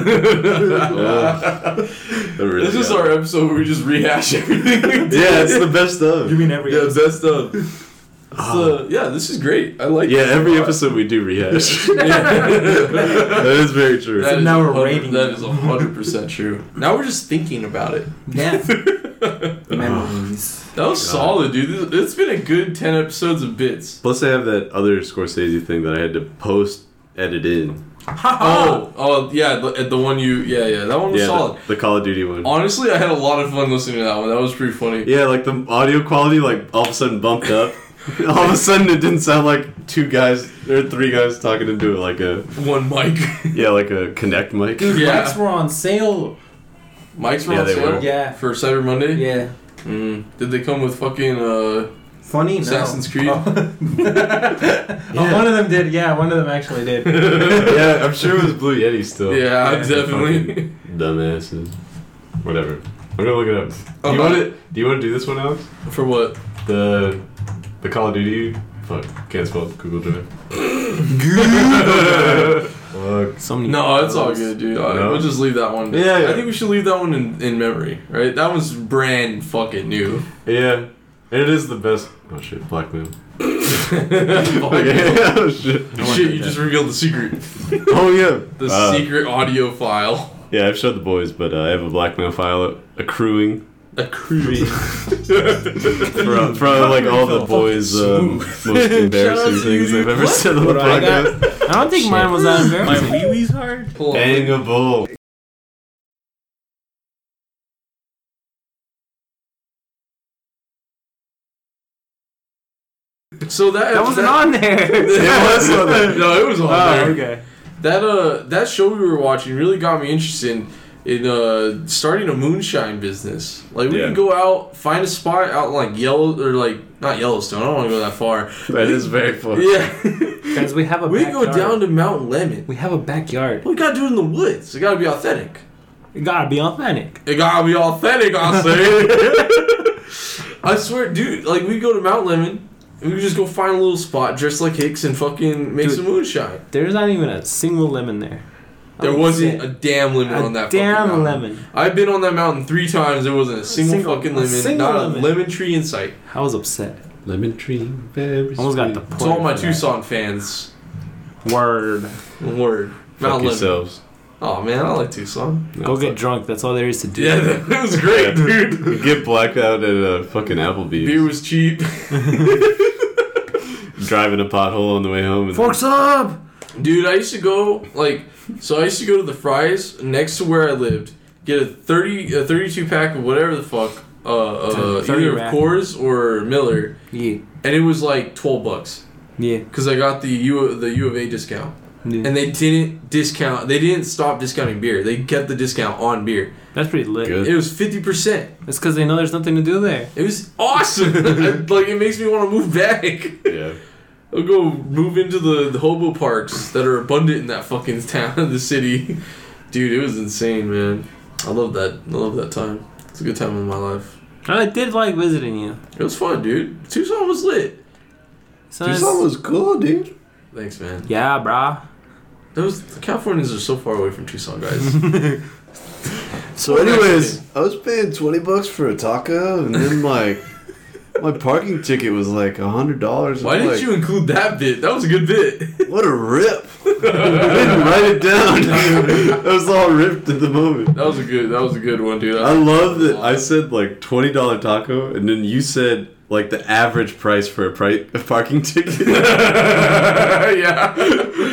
That really This is got our me. episode where we just rehash everything we did. Yeah, it's the best of. You mean every Yeah, episode? best of. It's, uh, yeah, this is great. I like Yeah, this a every lot. episode we do rehash. Yeah. that is very true. That is now we're 100 rating That it. is hundred percent true. Now we're just thinking about it. Yeah. Memories. That was Oh solid, dude. This, it's been a good ten episodes of bits. Plus, I have that other Scorsese thing that I had to post edit in. Oh, oh, yeah, the, the one you, yeah, yeah, that one was Ah. yeah, Oh, solid. The, the Call of Duty one. Honestly, I had a lot of fun listening to that one. That was pretty funny. yeah, like the audio quality, like all of a sudden bumped up. all of a sudden, it didn't sound like two guys or three guys talking into it, like a One mic, yeah, like a Connect mic. Dude, Yeah. lights were on sale. mics were Yeah, on they sale were. Yeah. for Cyber Monday. Yeah. Mm. Did they come with fucking uh? Funny. No. Assassin's Creed? Oh. Oh, one of them did. Yeah, one of them actually did. yeah, I'm sure it was Blue Yeti still. Yeah, Yeah. definitely. Fucking Dumbasses. Whatever. I'm gonna look it up. Do Okay. you want to? Do you want to do this one, Alex? uh, For what? The the Call of Duty. Fuck, can't spell it. Google Drive. Fuck. So many No, it's all good, dude. All right, No? We'll just leave that one. Yeah, yeah. I think we should leave that one in, in memory, right? That one's brand fucking new. Yeah, it is the best. Oh shit, blackmail. Fucking- oh shit. Shit, you just revealed the secret. Oh yeah. The Uh, secret audio file. Yeah, I've showed the boys, but uh, I have a blackmail file accruing A creepy. from, from like all the boys' um, most embarrassing Shout out to you, things dude. they've ever What? said on the What do I got? podcast. I don't think mine was that My embarrassing. wee wee's hard. Pull up. Hang a bull. So that That wasn't on there. Oh, It was on there. No, it was on Ah, Oh, there. okay. That uh, that show we were watching really got me interested in, in uh starting a moonshine business. Like we Yeah. could go out, find a spot out in, like Yellow or like not Yellowstone. I don't want to go that far. That is very fun. Yeah, Guys, we have a we could go backyard. down to Mount Lemon. We have a backyard. We gotta do it in the woods. It gotta be authentic. It gotta be authentic. It gotta be authentic. I say. I swear, dude. Like we go to Mount Lemon. and We could just go find a little spot, dressed like Hicks, and fucking make Dude. some moonshine. There's not even a single lemon there. I There don't wasn't see a it. damn lemon A on that. fucking damn mountain. lemon. I've been on that mountain three times. There wasn't a single, Single- fucking a lemon, single not lemon. a lemon tree in sight. I was upset. Lemon tree, very Almost got sweet. the To all my for that. Tucson fans, Word. word. Fuck Mount Lemon. yourselves. Oh man, I like Tucson. Go get drunk. That's all there is to do. Yeah, that was great, dude. You get blacked out at a fucking Applebee's. Beer was cheap, Driving a pothole on the way home. And Forks up! dude. I used to go like, so I used to go to the Fries next to where I lived, get a thirty, a thirty-two pack of whatever the fuck, uh, uh, 30 either rack. Coors or Miller, Yeah. and it was like twelve bucks Yeah. because I got the U the U of A discount, yeah. and they didn't discount. They didn't stop discounting beer. They kept the discount on beer. That's pretty lit. Good. It was fifty percent. It's because they know there's nothing to do there. It was awesome. like it makes me want to move back. Yeah. I'll go move into the, the hobo parks that are abundant in that fucking town, the city. Dude, it was insane, man. I love that. I love that time. It's a good time in my life. I did like visiting you. It was fun, dude. Tucson was lit. So Tucson it's- was cool, dude. Thanks, man. yeah, brah. Those the Californians are so far away from Tucson, guys. So, What anyways, I was paying twenty bucks for a taco, and then like my parking ticket was like a hundred dollars. Why didn't you include that bit? That was a good bit. What a rip! I didn't write it down. I was all ripped at the moment. That was a good. That was a good one, dude. I love that I said like twenty dollar taco, and then you said like the average price for a, pri- a parking ticket. yeah.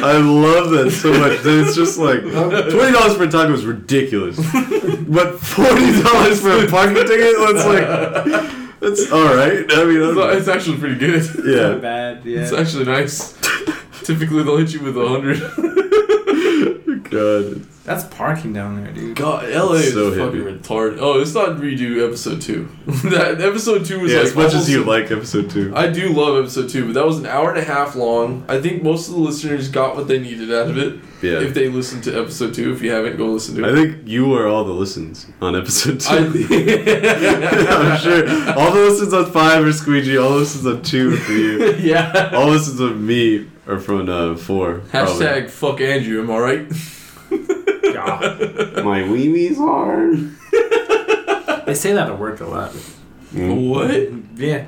I love that so much. Then it's just like twenty dollars for a taco is ridiculous, but forty dollars for a parking ticket. That's like that's all right. I mean, It's, I'm- it's actually pretty good. yeah. Bad, It's yeah. actually nice. Typically, they'll hit you with a hundred. God, That's parking down there, dude. God, LA It's is so fucking hippie. retarded. Oh, it's not redo episode two. that episode two was yeah. like As much as almost- you like episode two, I do love episode two, but that was an hour and a half long. I think most of the listeners got what they needed out of it. yeah. If they listened to episode two, if you haven't, go listen to I it. think you are all the listens on episode two. I- I'm sure all the listens on five are squeegee. All the listens on two are for you. yeah. All the listens on me are from uh, four. probably. Hashtag fuck Andrew. Am I right? my weenies are. They say that at work a lot. Mm-hmm. Mm. What? Yeah.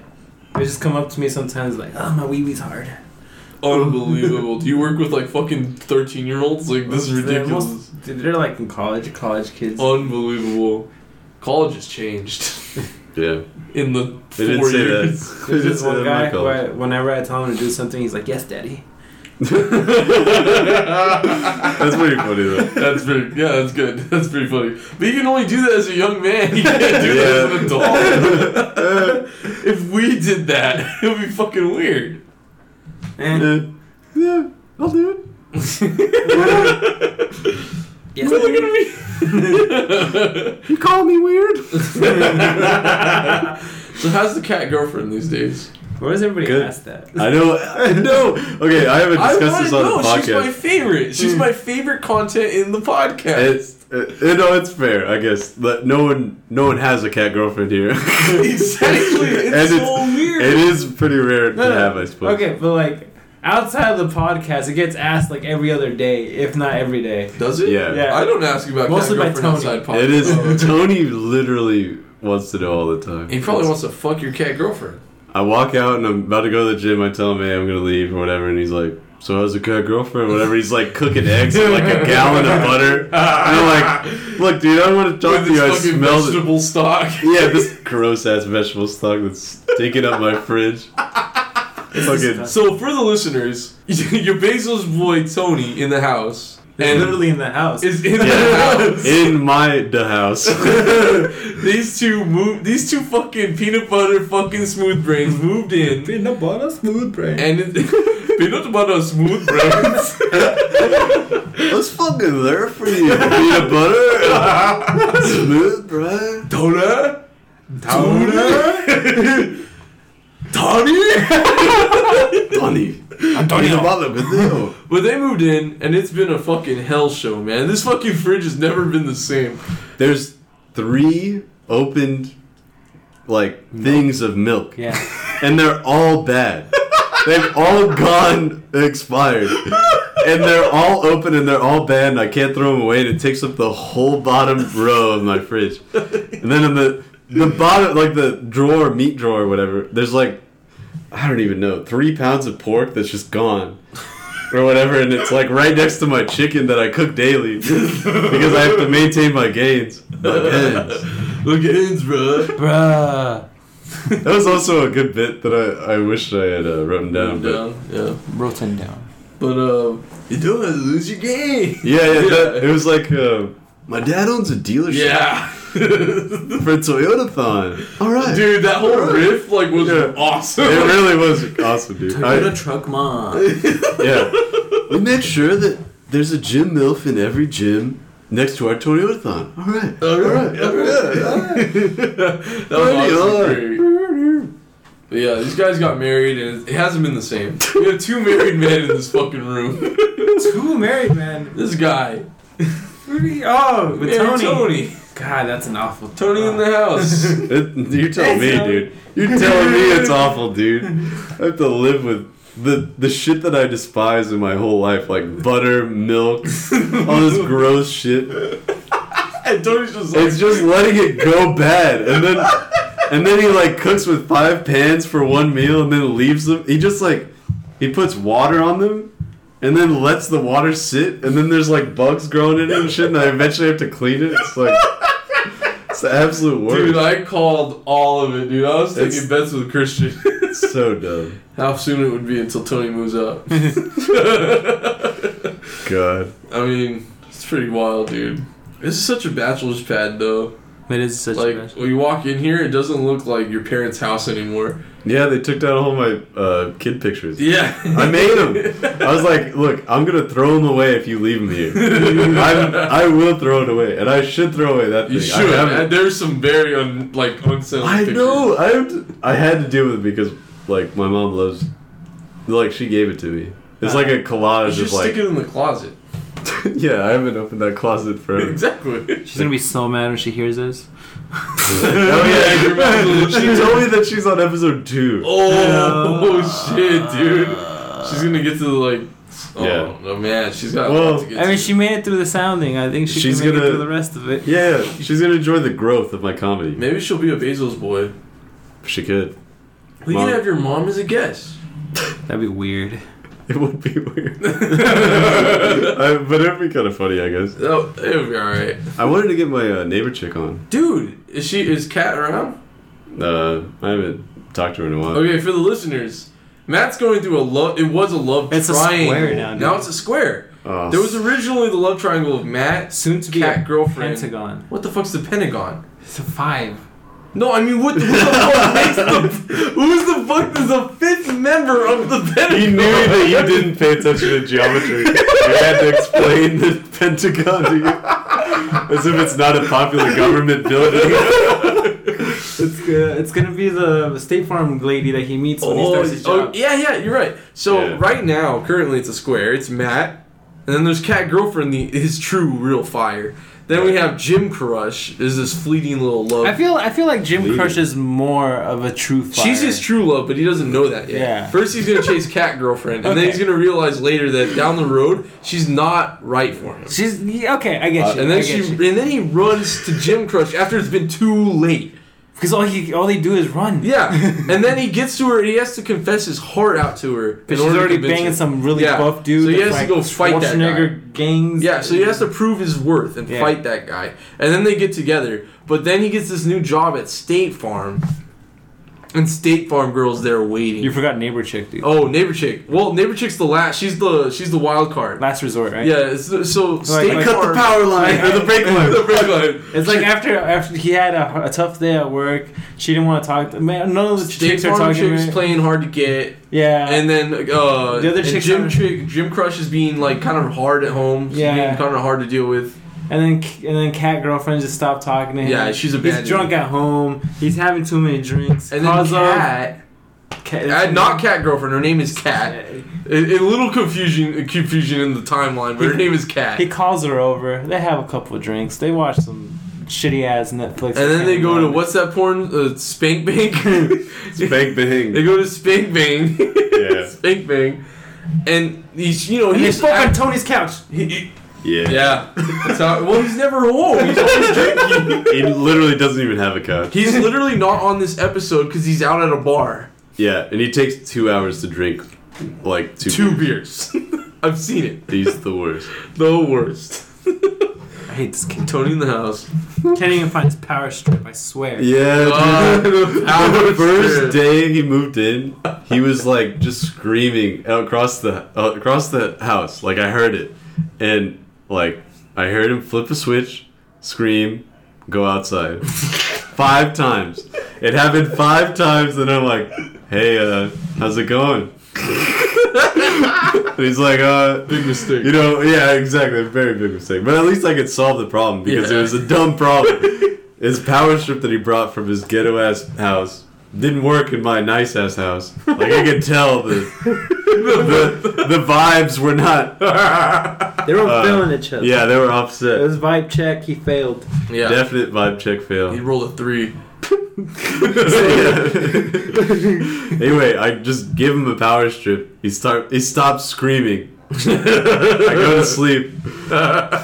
They just come up to me sometimes like, oh, my wee wee's hard. Unbelievable. do you work with like fucking thirteen year olds? Like this is They're ridiculous. most- they're like in college, college kids. Oh, Unbelievable. College has changed Yeah, in the they four didn't say years. that. They There's didn't this say one that in my guy who college. I, whenever I tell him to do something, he's like, yes, daddy. That's pretty funny though. That's pretty. Yeah, that's good. That's pretty funny. But you can only do that as a young man. You can't do that as an adult. if we did that, it would be fucking weird. Eh, Yeah. yeah, I'll do it. yes, Quit looking daddy. at me. You call me weird. so how's the cat girlfriend these days? Where does everybody Good. ask that? I know. I know. Okay, I haven't I discussed want this to on know. the podcast. She's my favorite. She's my favorite content in the podcast. It's uh, you know it's fair, I guess. But no one, no one has a cat girlfriend here. exactly. It's And so it's- weird. it is pretty rare to No, no. have, I suppose. Okay, but like outside of the podcast, it gets asked like every other day, if not every day. Does it? Oh, Yeah. Yeah. I don't ask you about Mostly cat by girlfriend Tony. outside podcast. It is. Tony literally wants to know all the time. He probably wants to fuck your cat girlfriend. I walk out and I'm about to go to the gym. I tell him, "Hey, I'm gonna leave" or whatever, and he's like. So how's a cat girlfriend? Whatever. He's like cooking eggs and like a gallon of butter. And I'm like, look, dude, Uh, I don't want to talk With to his you. I fucking smelled it. vegetable stock. Yeah, this gross ass vegetable stock that's taking up my fridge. Fucking So for the listeners, your Basil's boy Tony in the house It's and literally in the house. is in Yeah. the house. in my the house. these two move. These two fucking peanut butter fucking smooth brains moved in, Peanut butter smooth brain. and it, peanut butter smooth brains. What's fucking there for you? Peanut butter, smooth bread. Tony, Tony, Tony. Donny, I'm Donny the bother with you. But they moved in, and it's been a fucking hell show, man. This fucking fridge has never been the same. There's three opened like things of milk, yeah. and they're all bad. They've all gone expired. And they're all open and they're all bad, and I can't throw them away, and it takes up the whole bottom row of my fridge. And then in the the bottom, like the drawer, meat drawer, whatever, there's like, I don't even know, three pounds of pork that's just gone. Or whatever, and it's like right next to my chicken that I cook daily because I have to maintain my gains. My gains. Look at ends, bro. Bruh. That was also a good bit that I, I wish I had uh, written down. But yeah. Rotten down. But uh, you don't have to lose your game. Yeah, yeah, Yeah. That, it was like uh, my dad owns a dealership. Yeah. for Toyotathon. All right, Dude, that whole Alright. riff like was Yeah. awesome. It really was awesome, dude. I- Toyota truck mom. yeah, we make sure that there's a gym milf in every gym next to our Toyotathon. All right, all right, all right. that was Party on. awesome. Great. But yeah, these guys got married and it hasn't been the same. We have two married men in this fucking room. Two married men. This guy, Really? Oh, with Tony. married Tony, God, that's an awful. Tony in the house. It, you're telling me, It's, um, dude. You're telling me it's awful, dude. I have to live with the the shit that I despise in my whole life, like butter, milk, all this gross shit. and Tony's just like, It's just letting it go bad, and then and then he like cooks with five pans for one meal, and then leaves them. He just like he puts water on them. And then lets the water sit, and then there's like bugs growing in it and shit, and I eventually have to clean it. It's like, it's the absolute worst. dude, I called all of it, dude. I was taking It's- bets with Christian. it's so dumb. How soon it would be until Tony moves out. God. I mean, it's pretty wild, dude. This is such a bachelor's pad, though. It is such like, a mess. when you walk in here, it doesn't look like your parents' house anymore. Yeah, they took down all my uh, kid pictures. Yeah. I made them. I was like, look, I'm gonna throw them away if you leave them here. I'm, I will throw it away, and I should throw away that You thing. should. I And haven't. There's some very un, like unselling. I know. I have to- I had to deal with it because like my mom loves, like she gave it to me. It's like a You collage should of stick like, it in the closet. yeah, I haven't opened that closet forever. Exactly. She's gonna be so mad when she hears this. oh Yeah, your yeah, mom's a she little- told me that she's on episode two. Oh shit, dude. She's gonna get to like. Oh Yeah. no, man, she's got. a Well, lot to get I mean, to. she made it through the sounding. I think she She's can make gonna- it through the rest of it. Yeah, she's gonna enjoy the growth of my comedy. Maybe she'll be a Basil's boy. She could. We Mom. can have your mom as a guest. That'd be weird. It would be weird. I, but it'd be kind of funny, I guess. Oh, it'll be alright. I wanted to get my uh, neighbor chick on. Dude, is she is Kat around? Uh, I haven't talked to her in a while. Okay, for the listeners, Matt's going through a love. It was a love It's a triangle. square now, dude. Now it's a square. Oh, There was originally the love triangle of Matt, Soon to be Cat a girlfriend. Pentagon. What the fuck's the Pentagon? It's a five. No, I mean what the, who the fuck makes the who's the fuck is the fifth member of the Pentagon? he knew that you didn't pay attention to geometry. you had to explain the Pentagon to you. As if it's not a popular government building. It's uh, it's gonna be the State Farm lady that he meets when he Oh, starts his job. oh, yeah, yeah, you're right. So Yeah. right now, currently it's a square. It's Matt, and then there's Cat Girlfriend, the, his true real fire. Then we have Jim Crush, is this fleeting little love. I feel I feel like Jim Leader. Crush is more of a true fire. She's his true love, but he doesn't know that yet. Yeah. First, he's gonna chase Cat Girlfriend, and then Okay. he's gonna realize later that down the road she's not right for him. She's yeah, okay. Uh, I get you. Uh, And then she, and then he runs to Jim Crush after it's been too late. because all he all they do is run. Yeah, and then he gets to her. and He has to confess his heart out to her. in But she's order to already convince banging her. some really Yeah. buff dude. So he that's has to like go fight that guy. Schwarzenegger gangs. Yeah, so he has to prove his worth and Yeah. fight that guy. And then they get together. But then he gets this new job at State Farm. And State Farm girl's there waiting. You forgot neighbor chick, dude. oh, neighbor chick. Well, neighbor chick's the last. She's the she's the wild card. Last resort, right? Yeah. It's, so State like- Farm. power line or the brake line. the brake line. It's like after after he had a, a tough day at work, she didn't want to talk. To, man, none of the State chicks are Farm talking. chick's to her. playing hard to get. yeah, And then uh, The other and chick's Jim kinda- Trick, Jim Crush is being like kind of hard at home. She's Yeah. being kind of hard to deal with. and then K- and then cat girlfriend just stopped talking to him. Yeah, she's a He's bad drunk at home. He's having too many drinks. And then Cause of- Cat, Cat- uh, not Cat girlfriend. Her name is Cat. A, a little confusion, confusion in the timeline, but her name is Cat. He And calls her over. They have a couple of drinks. They watch some shitty ass Netflix. then they go to what's that porn? Uh, Spank Bank. Bang they bang. go to Spank Bang. Yeah. Spank Bang. And he's, you know, And they he's spoke on Tony's couch. he- he- Yeah. yeah. That's how- well, he's never home. He's always drinking. He literally doesn't even have a couch. He's literally not on this episode because he's out at a bar. Yeah, and he takes two hours to drink, like two. Two beers. I've seen it. He's the worst. The worst. I hate this kid. Tony in the house. Can't even find his power strip. I swear. Yeah, Uh, dude. out the of first spirit. day he moved in, he was like just screaming out across the uh, across the house. Like I heard it, and like I heard him flip a switch, scream, go outside. five times. It happened five times, and I'm like, hey, uh, how's it going? and he's like, uh, Big mistake. you know, yeah, exactly. Very big mistake. But at least I could solve the problem because it Yeah. was a dumb problem. his power strip that he brought from his ghetto ass house didn't work in my nice ass house. Like I could tell the the, the vibes were not. They were Uh, feeling each other. Yeah, they were It offset. was vibe check. He failed. yeah. Definite vibe check fail. He rolled a three. anyway, I just give him a power strip. He start. He stops screaming. I go to sleep. That's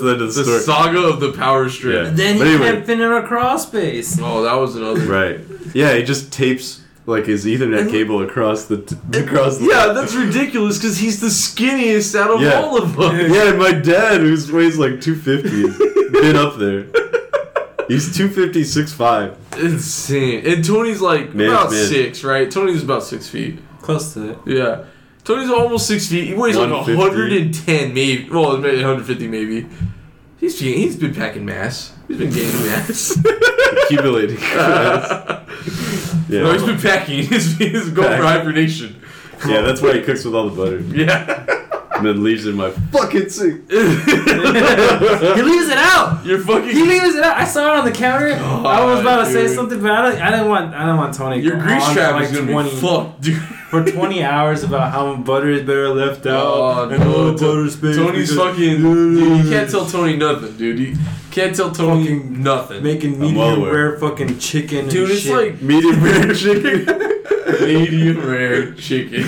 the end of the The story. saga of the power strip. Yeah. Then But he anyway. kept pinning a cross space. Oh, that was another. Right. Yeah, he just tapes like his Ethernet cable across the t- across. The- Yeah, that's ridiculous because he's the skinniest out of Yeah. all of them. yeah, and my dad, who's weighs like two fifty, been up there. He's 250, 6'5". Insane. And Tony's like Man, about man. six, right? Tony's about six feet. Close to it. Yeah. Tony's almost six feet. He weighs like 150. 110, maybe. Well, maybe 150, maybe. He's he's been packing mass. He's been gaining mass. accumulating. yeah, No, he's been packing. He's, he's going Packing. for hibernation. yeah, that's why he cooks with all the butter Yeah. and then leaves it in my fucking sink. He leaves it out. You're He fucking. leaves it out. I saw it on the counter. I was about to say dude. something, but I, don't, I didn't want. I didn't want Tony. Your going grease on for trap like is gonna 20 be fucked, dude. for 20 hours about how butter is better left out. Oh, and all no, the butter space. Tony's because- fucking. Dude, you can't tell Tony nothing, dude. You can't tell Tony Fucking nothing. making I'm well medium aware. rare fucking chicken. dude, and it's shit. like Medium rare chicken. medium rare chicken.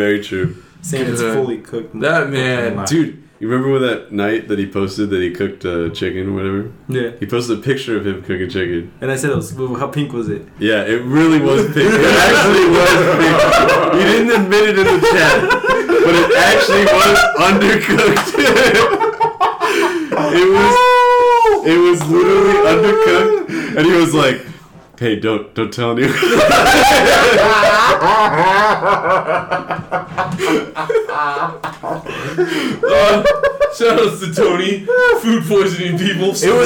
Very true. Sam is Yeah. fully cooked. That man, Dude, you remember when that night that he posted that he cooked uh, chicken or whatever? Yeah, He posted a picture of him cooking chicken. and I said, it was, well, "How pink was it?" Yeah, it really was pink. It actually was pink. You didn't admit it in the chat, but it actually was undercooked. it was it was literally undercooked, and he was like, "Hey, don't don't tell anyone." shout outs to Tony. Food poisoning people. it was for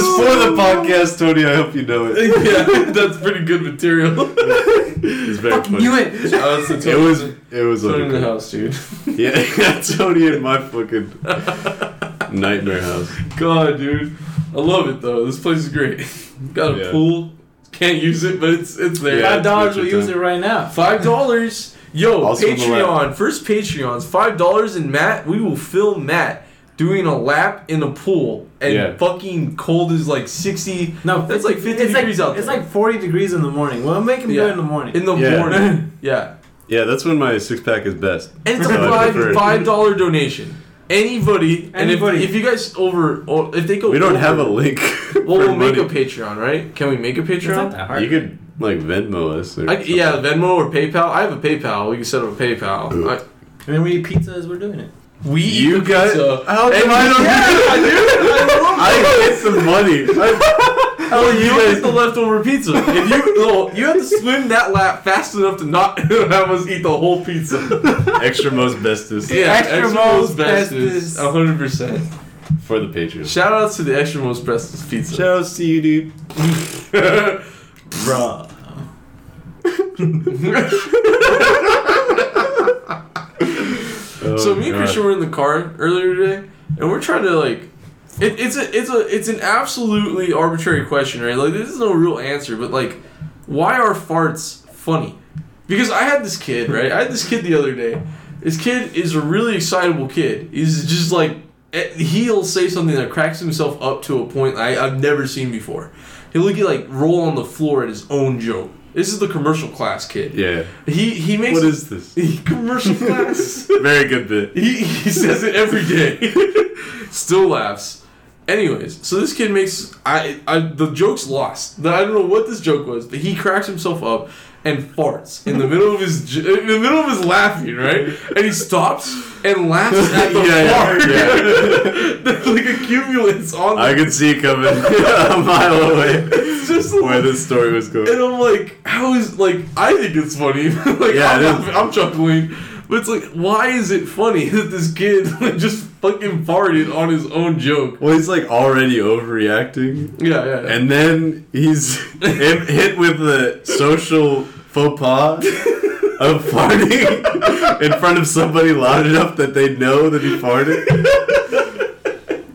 the podcast, Tony. I hope you know it. yeah, that's pretty good material. It's very funny. Knew it. Shout outs to Tony. It was it was Oh, Tony in the undercooked. house, dude. Yeah, Tony in my fucking nightmare house. God, dude, I love it though. This place is great. Got a Yeah. pool. Can't use it, but it's it's there. Yeah. Five dollars. it's We'll winter use it time. right now. Five dollars. Yo, Also on the Patreon. First Patreons. Five dollars and Matt. We will film Matt doing a lap in a pool and Yeah. fucking cold is like sixty. No, It's like 50 degrees like, out It's there. like 40 degrees in the morning. Well, make him do Yeah. it in the morning. In the Yeah. morning. Yeah. Yeah, that's when my six pack is best. And it's a I prefer five it. five dollar donation. Anybody, and Anybody. if, if you guys over, or if they go, We don't over- have a link. Well, for we'll make a money. Patreon, right? Can we make a it's not Patreon? that hard. You could like Venmo us. Or I, yeah, something. Venmo or PayPal. I have a PayPal. We can set up a PayPal. I, and then we eat pizza as we're doing it. we You eat the guys- pizza. How And come I don't- I get some money. I, how Well, you you get guys? the leftover pizza. If you no, you have to swim that lap fast enough to not have us eat the whole pizza. extra most bestest Yeah, Extra most bestest. hundred percent. for the Patriots. Shout outs to the extra most bestest pizza. outs to you, dude. Bruh. Oh, so me and Christian were in the car earlier today, and we're trying to like, it, it's a it's a it's an absolutely arbitrary question, right? Like this is no real answer, but like, why are farts funny? Because I had this kid, right? I had this kid the other day. This kid is a really excitable kid. He's just like eh, he'll say something that cracks himself up to a point I, I've never seen before. He'll get like roll on the floor at his own joke. This is the commercial class kid. Yeah. He he makes What is this? commercial class. Very good bit. He, he says it every day. Still laughs. Anyways, so this kid makes I I the joke's lost. I don't know what this joke was, but he cracks himself up and farts in the middle of his j- in the middle of his laughing, right? And he stops and laughs at the Yeah, yeah, fart. yeah. That, like accumulates on I the could see it coming a mile away it's just where this story was going. And I'm like, how is like I think it's funny. like Yeah, I'm, it is. I'm chuckling. But it's like, why is it funny that this kid like, just fucking farted on his own joke? Well, he's like already overreacting, Yeah, yeah. yeah. and then he's hit, hit with the social faux pas of farting in front of somebody loud enough that they know that he farted.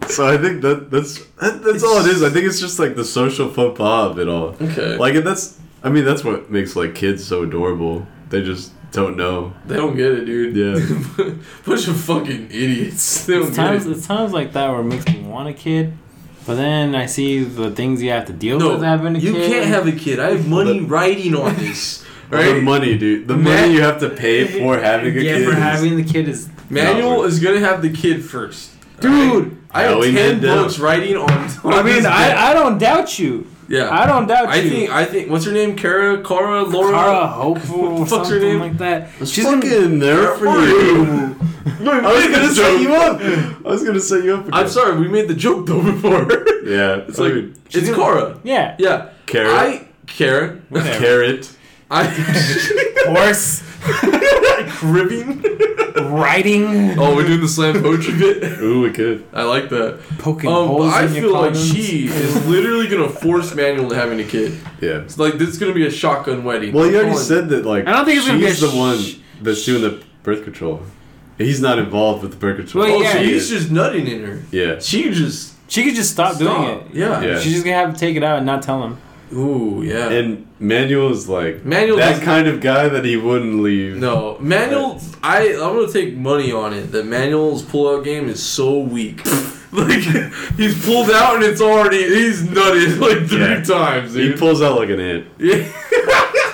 So I think that that's that, that's all it is. I think it's just like the social faux pas of it all. okay. Like Like and that's I mean that's what makes like kids so adorable. They just don't know. they don't get it, dude. Yeah. Bunch of fucking idiots. They don't It's times, get it. it's times like that where it makes me want a kid, but then I see the things you have to deal No, with having a you kid. can't have a kid. I have money The- writing on this. The Right? money, dude. The Ma- money you have to pay for having a yeah, kid. for is- having the kid is Manuel is gonna have the kid first. Dude! Alright? I have No, he ten did that. books writing on. on I mean, this bit. I, I don't doubt you. yeah. I don't doubt I you. think I think what's her name? Kara, Cara, Laura. Cara Hopeful or What's her something name? like that. She's fucking there for you. I was gonna set you up. I was gonna set you up. I'm sorry, we made the joke though before. Yeah, It's like She's it's gonna- Cara. Yeah. Yeah, Carrot. I Kara. Whatever. carrot. I Horse cribbing. riding, Oh, we're doing the slam poetry bit. Ooh, we could. I like that. poking Um, but holes I in your feel like condoms. she is literally gonna force Manuel to having a kid. Yeah. It's like this is gonna be a shotgun wedding. Well, you already Come on. said that. Like, I don't think it's gonna be she's a the one sh- that's doing the birth control. He's not involved with the birth control. Well, Oh, yeah. so She he's is. just nutting in her. yeah. She just She could just stop, stop. doing it. Yeah. Yeah. She's just gonna have to take it out and not tell him. Ooh, yeah. And Manuel is like Manuel that doesn't- kind of guy that he wouldn't leave. No, Manuel. I I'm gonna take money on it that Manuel's pullout game is so weak. like he's pulled out and it's already he's nutted like three Yeah. times. He Dude. pulls out like an ant yeah.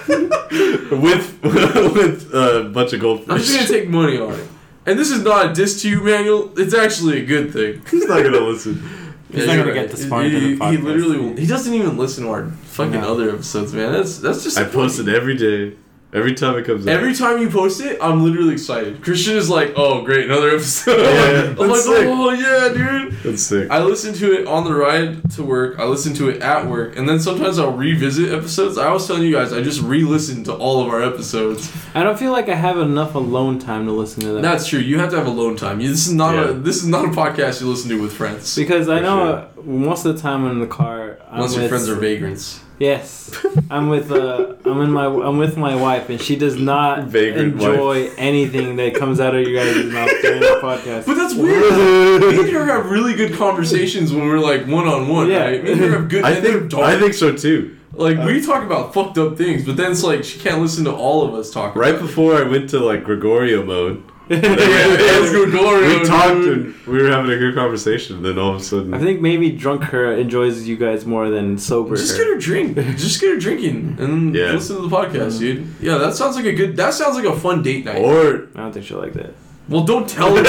with with a bunch of I'm just gonna goldfish. take money on it. And this is not a diss to you, Manuel. It's actually a good thing. He's not gonna listen. He's Yeah, not you're gonna get this far into the He, he podcast. literally will- he doesn't even listen to our fucking No. other episodes, man. That's that's just I post it every day, every time it comes out. Every time you post it, I'm literally excited. Christian is like, "Oh, great, another episode!" Yeah, I'm like, that's sick. "Oh yeah, dude." That's sick. I listen to it on the ride to work. I listen to it at work, and then sometimes I'll revisit episodes. I was telling you guys, I just re-listened to all of our episodes. I don't feel like I have enough alone time to listen to that. That's true. You have to have alone time. You- This is not a Yeah. this is not a podcast you listen to with friends. because I For know most of the time I'm in the car. I'm Unless your with- friends are vagrants. Yes, I'm with uh, I'm in my I'm with my wife, and she does not Vagrant enjoy anything that comes out of you guys' mouth during the podcast. But that's weird. Me and her have really good conversations when we're like one on one, Yeah. right? Me and her have good. I and they're think dark. I think so too. Like we talk about fucked up things, but then it's like she can't listen to all of us talk. Right about before I went to like Gregorio mode, it. Yeah, let's go Gloria, we dude. talked and we were having a good conversation. Then all of a I sudden, think maybe drunk her enjoys you guys more than sober Just her. get her drink. Just get her drinking and Yeah. Oh. listen to the podcast, dude. Yeah, that sounds like a good. That sounds like a fun date night. or I don't think she'll like that. well, don't tell her. to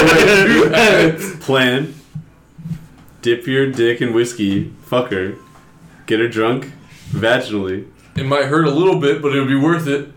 do that. plan, dip your dick in whiskey, fuck her, get her drunk, vaginally, It might hurt a little bit, but it would be worth it.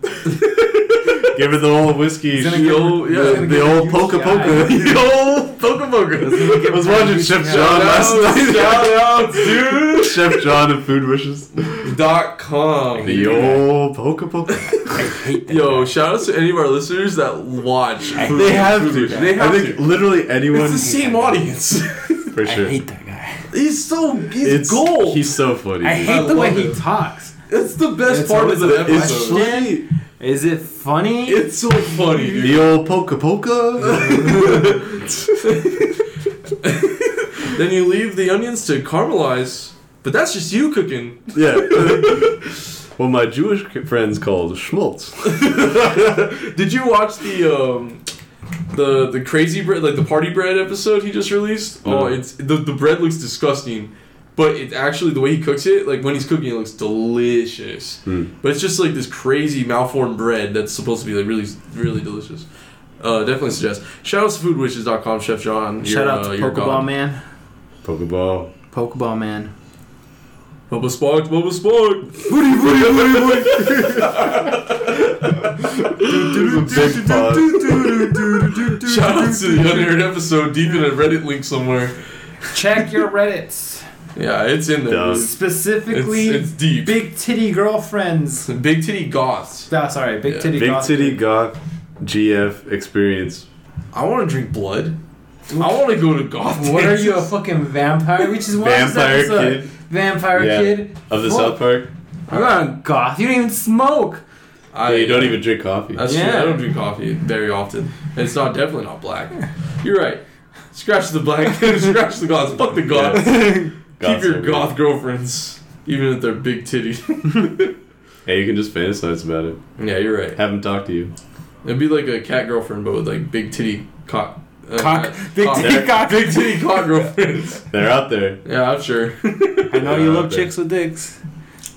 give her the old whiskey. gonna give her- he's the, gonna the give old poka poka. Yo, poker poker. I was watching Chef John last night. Shout out, dude. Chef John of Food Wishes. Dot com. The old poka poka. Yo, shout out to any of our listeners that watch. They have to. They have I think to. literally anyone. It's the same audience. For sure. that guy. He's so he's it's gold. He's so funny. I dude. hate the love way he it. talks. It's the best It's part always of the the- it's episode. funny. funny. Is it funny? It's so funny, dude. The old poka poka. Then you leave the onions to caramelize, but that's just you cooking. yeah. What my Jewish c- friends called schmaltz. Did you watch the um the the crazy bread like the party bread episode he just released? No. Oh, it's the the bread looks disgusting. But it actually the way he cooks it, like when he's cooking, it looks delicious. Hmm. But it's just like this crazy malformed bread that's supposed to be like really, really delicious. Uh, definitely suggest. Shout out to foodwishes.com, Chef John. Shout You're, out uh, to you're Pokeball God. Man. Pokeball. Pokeball Man. Bubba Spark, Bubba Spark. Booty booty booty booty. There's a big pause. Shout out to the unaired episode deep in a Reddit link somewhere. Check your Reddits. Yeah, it's in there. Does. It's, Specifically, it's deep. Big, big titty girlfriends. titty goths. Ah, sorry, big Yeah, titty. Big goth- titty goth. GF experience. I want to drink blood. I want to go to golf. What are you, a dances. fucking vampire? We just watched Vampire this episode. Kid Vampire Yeah. Kid. of the Fuck. South Park. You're not a goth. You don't even smoke. I, you don't even drink coffee. That's Yeah. true. I don't drink coffee very often. And it's not definitely not black. You're right. Scratch the black. scratch the goths. Fuck the goths. Keep Goths your are goth weird. girlfriends, even if they're big titty. Hey, you can just fantasize about it. yeah, you're right. Have them talk to you. It'd be like a cat girlfriend, but with like big titty cock. uh, Cock. uh, Big titty cock. Big titty cock girlfriends. They're out there. Yeah, I'm sure. I know you Uh, love but- chicks with dicks.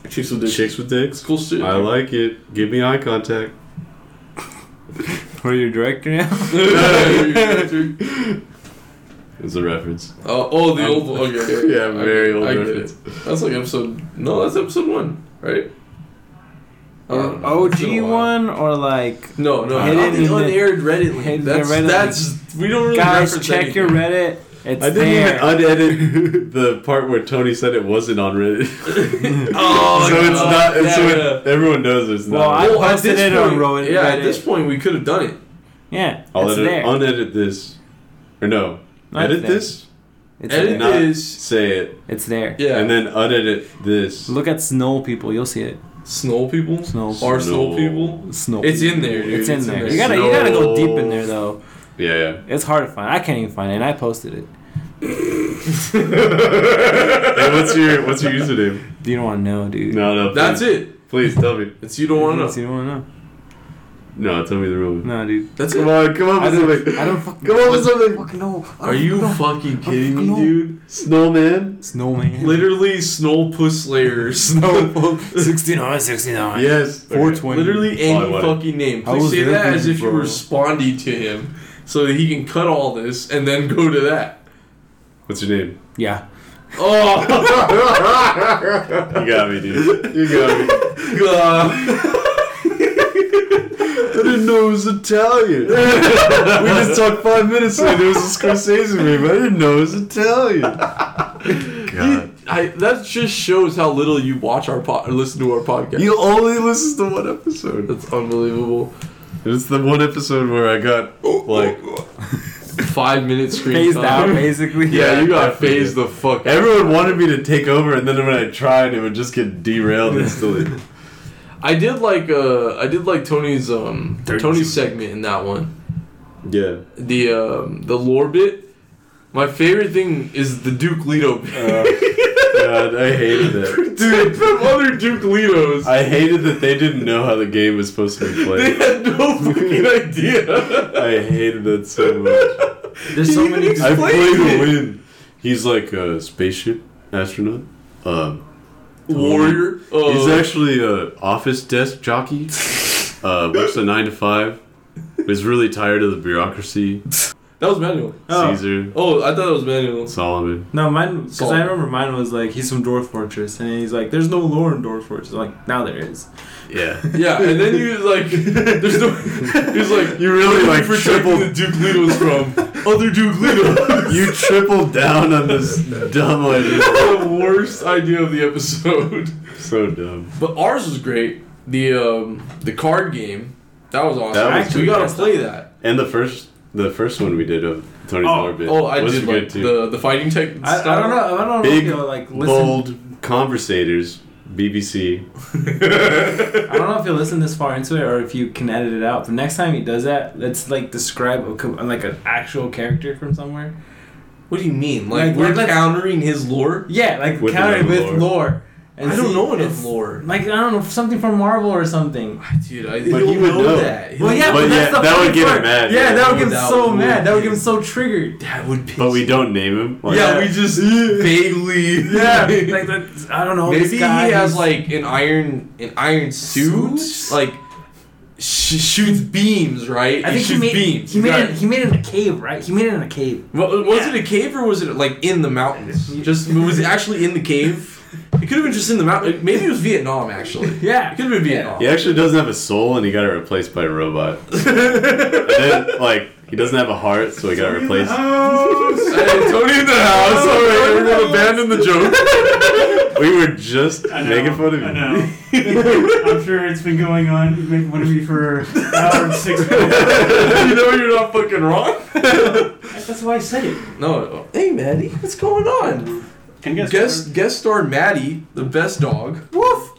Chicks will do Chicks with It's dicks. cool shit. I like it. Give me eye contact. What are your director now? oh, It's a reference. oh, the old one. Okay, okay. yeah, very I, old I get reference. it. That's like episode. No, that's episode one, right? I don't know. It's been OG a while. Uh, one or like No, no, Hidden not in the the- unaired Reddit link. hidden That's, Reddit link. that's we don't really guys reference check your anything. Reddit. It's I didn't there. even unedit the part where Tony said it wasn't on Reddit. Oh, so it's God. not. It's Yeah, so it- yeah. everyone knows it's Well, not. I- Well, at posted this it on point- Rowan Yeah, at Reddit. this point we could have done it. yeah, I'll it's edit, there. unedit this, or no, Not edit there. this, it's Edit there. not this. say it, It's there. Yeah, and then unedit this. Look at snow people. You'll see it. snow people, Snow. are snow Snow. people. Snow. It's in there, dude. It's in there. You gotta Snow. you gotta go Snow. deep in there though. Yeah, yeah. It's hard to find. I can't even find it. and I posted it. Hey, what's your what's your username? You don't want to know, dude. No, no. Please, That's it. Please tell me. It's you don't want to know. You don't want to know. No, tell me the real one. No, dude. That's Come it. on, come on I with don't, something. I don't fucking Come on with something. fucking know. I Are don't you know. fucking kidding me, know. dude? Snowman. Snowman. Literally, snow puss slayer, snow. 69, 69. Yes. Okay. 420. Literally Oh, I any want it. fucking name. I Please was say there that for as you, if you bro. were responding to him, so that he can cut all this and then go to that. What's your name? Yeah. Oh, You got me, dude. You got me. Uh. God. I didn't know it was Italian. we just talked five minutes and it was a Scorsese movie. I didn't know it was Italian. God. I, that just shows how little you watch our pod or listen to our podcast. You only listen to one episode. That's unbelievable. It's the one episode where I got like Five minutes screen Phased out, time. basically. Yeah, you got definitely. phased the fuck. out. everyone wanted me to take over, and then when I tried, it would just get derailed instantly. I did like uh, I did like Tony's um Thirty Tony's seconds. segment in that one. yeah. The um the lore bit. My favorite thing is the Duke Leto bit. Uh, God, I hated that. Dude, from other Duke Letos. I hated that they didn't know how the game was supposed to be They played. had no fucking idea. I hated that so much. There's so You many. just I played played it. to win. He's like a spaceship astronaut. Um, Warrior. Uh, he's actually a office desk jockey. Uh, works a nine to five. Is really tired of the bureaucracy. that was Manuel. Oh. Caesar, Oh, I thought it was Manuel. Solomon. No, mine. Because Salt. I remember mine was like he's from Dwarf Fortress, and he's like, "There's no lore in Dwarf Fortress." I'm like now there is. Yeah. Yeah, and then you like, there's no. He's like, You really where are like you protecting tripled. the Duke Letos from other Duke Letos. You tripled down on this dumb idea. the worst idea of the episode. So dumb. But ours was great. The um the card game that was awesome. That was we gotta good. play that. And the first, the first one we did of Tony's Oh, dollar bit. Oh, I was did good like too. the the fighting tech. I, I don't know. I don't know. Big, if you'll, like listen. Bold conversators. BBC. I don't know if you listen this far into it or if you can edit it out. The next time he does that, let's like describe a, co- like an actual character from somewhere. What do you mean? Like, Like, we're let's- countering his lore? Yeah, like With counter another with lore. lore. And I don't see know enough if- lore. Like I don't know something from Marvel or something. Dude, I But he don't would know, know. that. He Well, don't yeah, know but, But yeah, that's the that funny would get him part. mad, Yeah, yeah. that would get him That so would- mad. That would get him so triggered. That would piss But we don't name him. Like, Yeah, we just vaguely. Yeah, like that, I don't know. Maybe this he guy, has he's- like an iron an iron suit, Suit? like sh- shoots beams, right? I He think he shoots made beams. he made Got it, he made it in a cave, right? He made it in a cave. Wa- Was it a cave or was it like in the mountains? Just was it actually in the cave? It could have been just in the mountain. Maybe it was Vietnam actually. It Yeah, could have been Vietnam. He actually doesn't have a soul, and he got it replaced by a robot. and then, like, He doesn't have a heart, so he got replaced. Hey, Tony in the house. All right, everyone abandon the joke. We were just I know, making fun of you. I know. I'm sure it's been going on, making fun of me for an hour and six minutes. you know you're not fucking wrong. That's why I said it. No. Hey, Maddie, what's going on? And guess, Guest guest star Maddie, the best dog. Woof.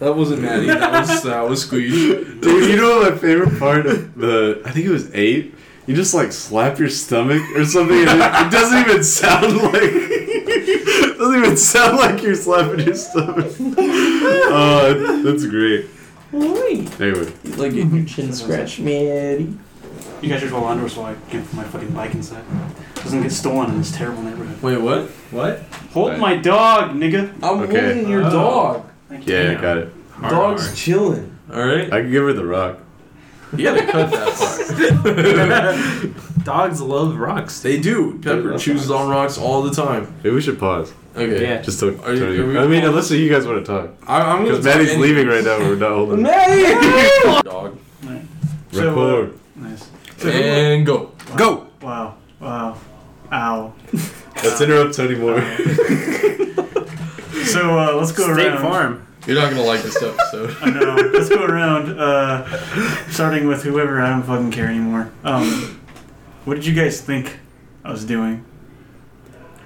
That wasn't Maddie. That was uh, that was Squeeze. Dude, you know what my favorite part of the? I think it was eight. You just like slap your stomach or something, and it, it doesn't even sound like. it doesn't even sound like you're slapping your stomach. Oh, that's great. Anyway, Like getting your chin scratched, Maddie. You guys should roll under so I can get my fucking bike inside. Doesn't get stolen in this terrible neighborhood. Wait, what? What? Hold Right. my dog, nigga. I'm Okay. holding your Oh. dog. Like, yeah, I damn. got it. Dog's chilling. All right. I can give her the rock. You gotta cut that part. Dogs love rocks. They do. Pepper love chooses on rocks all the time. Maybe we should pause. Okay. Yeah. Just to. Are you- are we- I mean, unless you guys want to talk, I, I'm gonna. because Maddie's talk any- leaving right now. We're not holding. Maddie. dog. Right. So, uh, Record. Nice. And go. Go. Wow. Wow. Ow. Let's interrupt Tony Moore. So uh, let's go State around. Farm. You're not gonna like this episode. I know. Let's go around. Uh, starting with whoever. I don't fucking care anymore. Um, what did you guys think I was doing?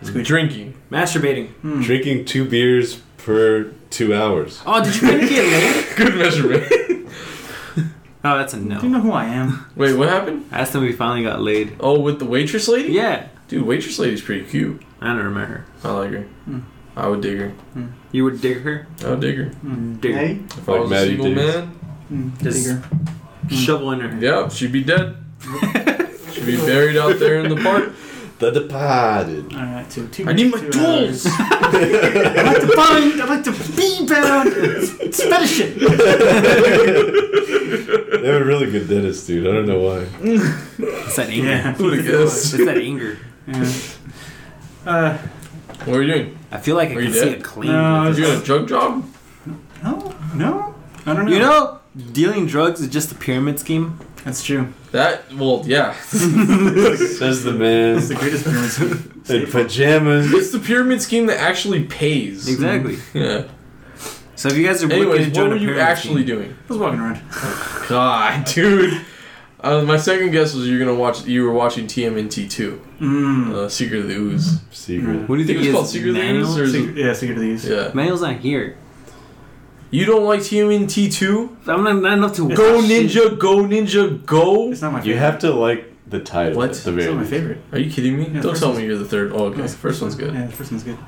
Drinking. Masturbating. Hmm. Drinking two beers per two hours. Oh, did you really get laid? Good measurement. Oh, that's a Do you no. know who I am? Wait, what happened? That's when we finally got laid. Oh, with the waitress lady? Yeah. Dude, waitress lady's pretty cute. I don't remember her. I like her. Hmm. I would dig her. You would dig her? I would dig her. Hmm. Dude. Hey. If Like I was Maddie a single digs. man, Hmm. Just- Digger. Shovel in her. yeah, she'd be dead. she'd be buried out there in the park. The Departed. All right. So two. uh, I need my two tools. hours. I like to bind. I like to be bound. It's better shit. They have a really good dentist, dude. I don't know why. It's that anger. Yeah. Who'd have It's guessed? that anger. yeah. Uh, What are you doing? I feel like I Are you can see dead? a clean. No, I Are was- you doing a drug job? no, no, I don't know. You know, dealing drugs is just a pyramid scheme. that's true. That, well, yeah. Says the man It's the greatest pyramid. in pajamas. it's the pyramid scheme that actually pays. Exactly. Yeah. So if you guys are looking to Anyways, join what a were you pyramid actually scheme, doing? I was walking around. God, dude. Uh, my second guess was you're gonna watch. You were watching TMNT two, Mm. uh, Secret of the Ooze. Secret. What do you think it was is called Secret of the manual? Ooze, or is it- Secret, yeah, secret of these. yeah. Manual's not here. You don't like TMNT two? I'm not, not enough to It's Go not shit. Ninja, go Ninja, go! It's not my favorite. You have to like the title What? at the It's very not my least. favorite. Are you kidding me? Yeah, don't first tell one's- me you're the third. Oh, okay. Yeah, first one's good. Yeah, the first one's good.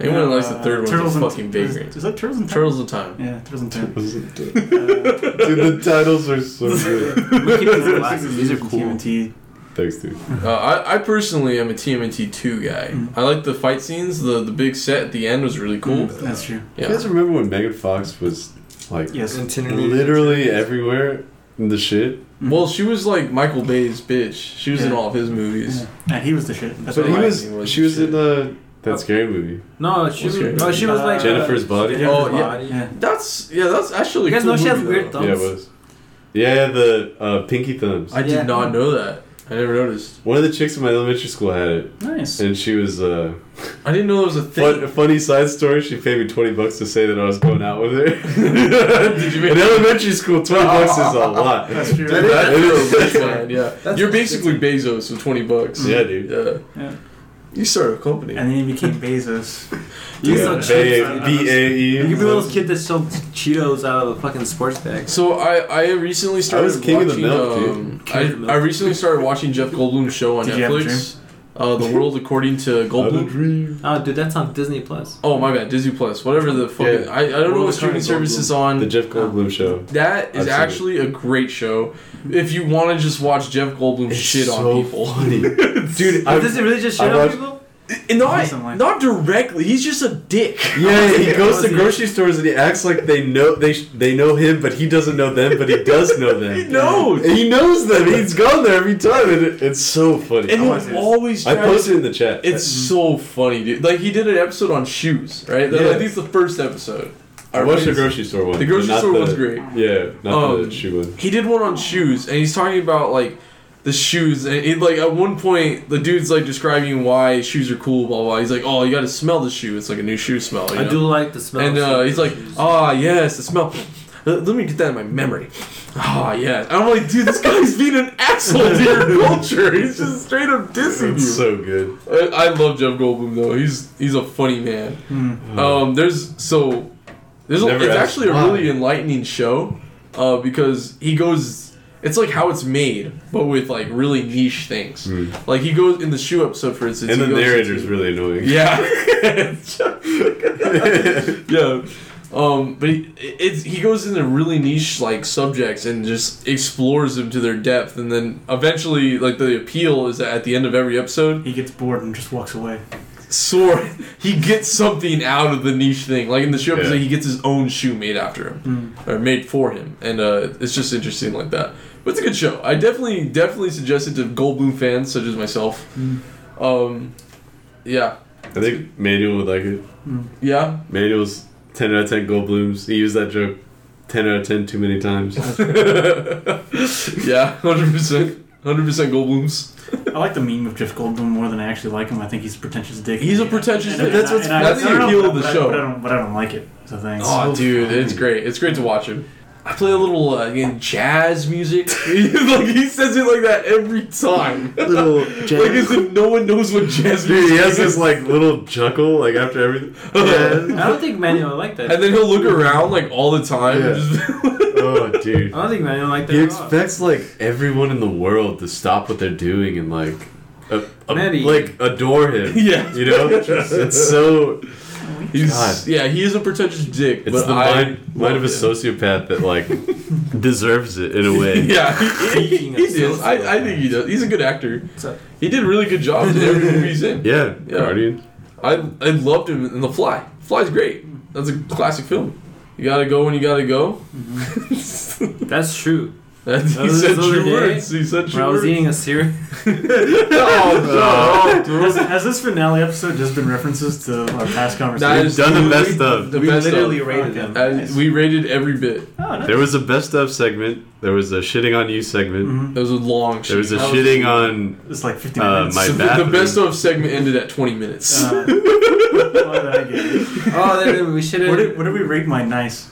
Anyone that Uh, likes the third Turtles one's a and- fucking vagrant. Is, is that Turtles and Turtles of Time. Yeah, Turtles and Time. Dude, the titles are so good. Look at these glasses. These are cool. TMT. Thanks, dude. Uh, I, I personally am a TMNT 2 guy. Mm. I like the fight scenes. The the big set at the end was really cool. Mm, That's true. You Yeah. guys remember when Megan Fox was like Yes. literally everywhere in the shit? Mm. Well, she was like Michael Bay's bitch. She was in Yeah. all of his movies. And he was the shit. That's But he what I was, Lightning was she was the in the that scary movie. No, she What's was. your- No, she was Uh, like. Jennifer's body. Jennifer's Oh, yeah. like. Yeah. That's yeah. That's actually. You guys a cool know she has movie, weird though. thumbs. Yeah, it was. Yeah, the uh, pinky thumbs. I did Yeah. not know that. I never noticed. One of the chicks in my elementary school had it, Nice. and she was uh, I didn't know there was a Fun, thing. funny side story. She paid me twenty bucks to say that I was going out with her. Did you make- Oh, In elementary school, twenty bucks is a lot. That's true. Dude, that is- yeah. That's- You're basically Bezos with twenty bucks. yeah, dude. Yeah. Yeah. You start a company. And then he became Bezos. You Yeah, sell B- chips. B A E. You could be the little kid that sold Cheetos out of the fucking sports bag. So I, I recently started was king of watching. the milk, dude. um, King of the milk. I, I recently started watching Jeff Goldblum's show on Did you have a Netflix. Uh, the World According to Had a Goldblum. dream. Oh, dude, that's on Disney Plus. Oh my bad, Disney Plus, whatever the fucking. Yeah. I, I don't know World what streaming According to service Goldblum. is on. The Jeff Goldblum show. that is I've seen it. actually a great show. If you want to just watch Jeff Goldblum shit on people, dude. Does I've- this really just I shit on watched- people? And Something not like- not directly. He's just a dick. yeah, he goes to Yeah. grocery stores and he acts like they know they sh- they know him, but he doesn't know them, but he does know He them. knows. And he knows them. He's gone there every time, and it, it's so funny. And watched he it. always. I tries- posted in the chat. It's Mm-hmm. so funny, dude. Like he did an episode on shoes, right? That- Yeah. I think it's the first episode. I Or watched maybe the it's- grocery store The one. but grocery not store the- was great. Yeah, not the Um, shoe one. He did one on shoes, and he's talking about like the shoes. And it, like at one point, the dude's like describing why shoes are cool, blah blah. He's like, "Oh, you got to smell the shoe. It's like a new shoe smell." you I know? do like the smell. And of uh, he's like, shoes. "Ah, yes, the smell." Let let me get that in my memory. Ah, yes. I'm like, dude, this guy's being an asshole to your culture. He's just straight up dissing you. It's so good. I, I love Jeff Goldblum though. He's he's a funny man. Um, there's so there's a, Hmm. Never it's asked actually a why. really enlightening show, uh, because he goes. It's like how it's made, but with like really niche things. Like he goes in the shoe episode, for instance. Hmm. And he the goes narrator's into- really annoying. yeah. yeah. Um, but he, it's, he goes into really niche like subjects and just explores them to their depth, and then eventually, like the appeal is that at the end of every episode, He gets bored and just walks away. sort he gets something out of the niche thing. Like in the show episode, Yeah. he gets his own shoe made after him Mm. or made for him, and uh, it's just interesting like that. But it's a good show. I definitely definitely suggest it to Goldblum fans such as myself. Mm. Um, yeah, I think Manuel would like it. Mm. yeah. Manuel's 10 out of 10 gold blooms. He used that joke 10 out of 10 too many times. yeah, hundred percent, hundred percent Goldblum's. I like the meme of Jeff Goldblum more than I actually like him. I think he's a pretentious dick. He's a pretentious And I- dick. That's what's- and I- that's the I don't know, appeal of the but I- show. But I don't, but I don't like it. It's a thing. Oh, dude, it's great. It's great to watch him. I play a little uh, again, jazz music. like he says it like that every time. little Like as if no one knows what jazz Dude, music he has is. this like little chuckle like after everything. I don't think Manuel like that. and then he'll look around like all the time. and Yeah. just- Oh, dude. I don't think Manuel like that. He at all. expects like everyone in the world to stop what they're doing and like, a, a- Maddie. like adore him. Yeah. you know, it's so he's God. yeah, he is a pretentious dick. it's but the I mind, mind of a love him. sociopath that like deserves it in a way. Yeah, he, he, Speaking he of does. I, I think he does. He's a good actor. He did a really good job in every movie he's in. yeah, Yeah. Guardian. I I loved him in The Fly. Fly's great. That's a classic film. You gotta go when you gotta go. That's true. That, he was said the other true day words. He said When true I was words. eating a cereal, oh, no. Has, has this finale episode just been references to our That past conversations? is- Done the we- best of. The we best literally of. rated Okay. them. Uh, we rated every bit. There was a best of segment. There was a shitting on you segment. Mhm. That was a long. There Mm-hmm. was a shoot. shitting on. It's like 50 Uh, minutes. my So the- the bathroom. best of segment ended at 20 minutes. Uh, what, did I get? oh, then- then we should Where have. did, where did we rate my nice?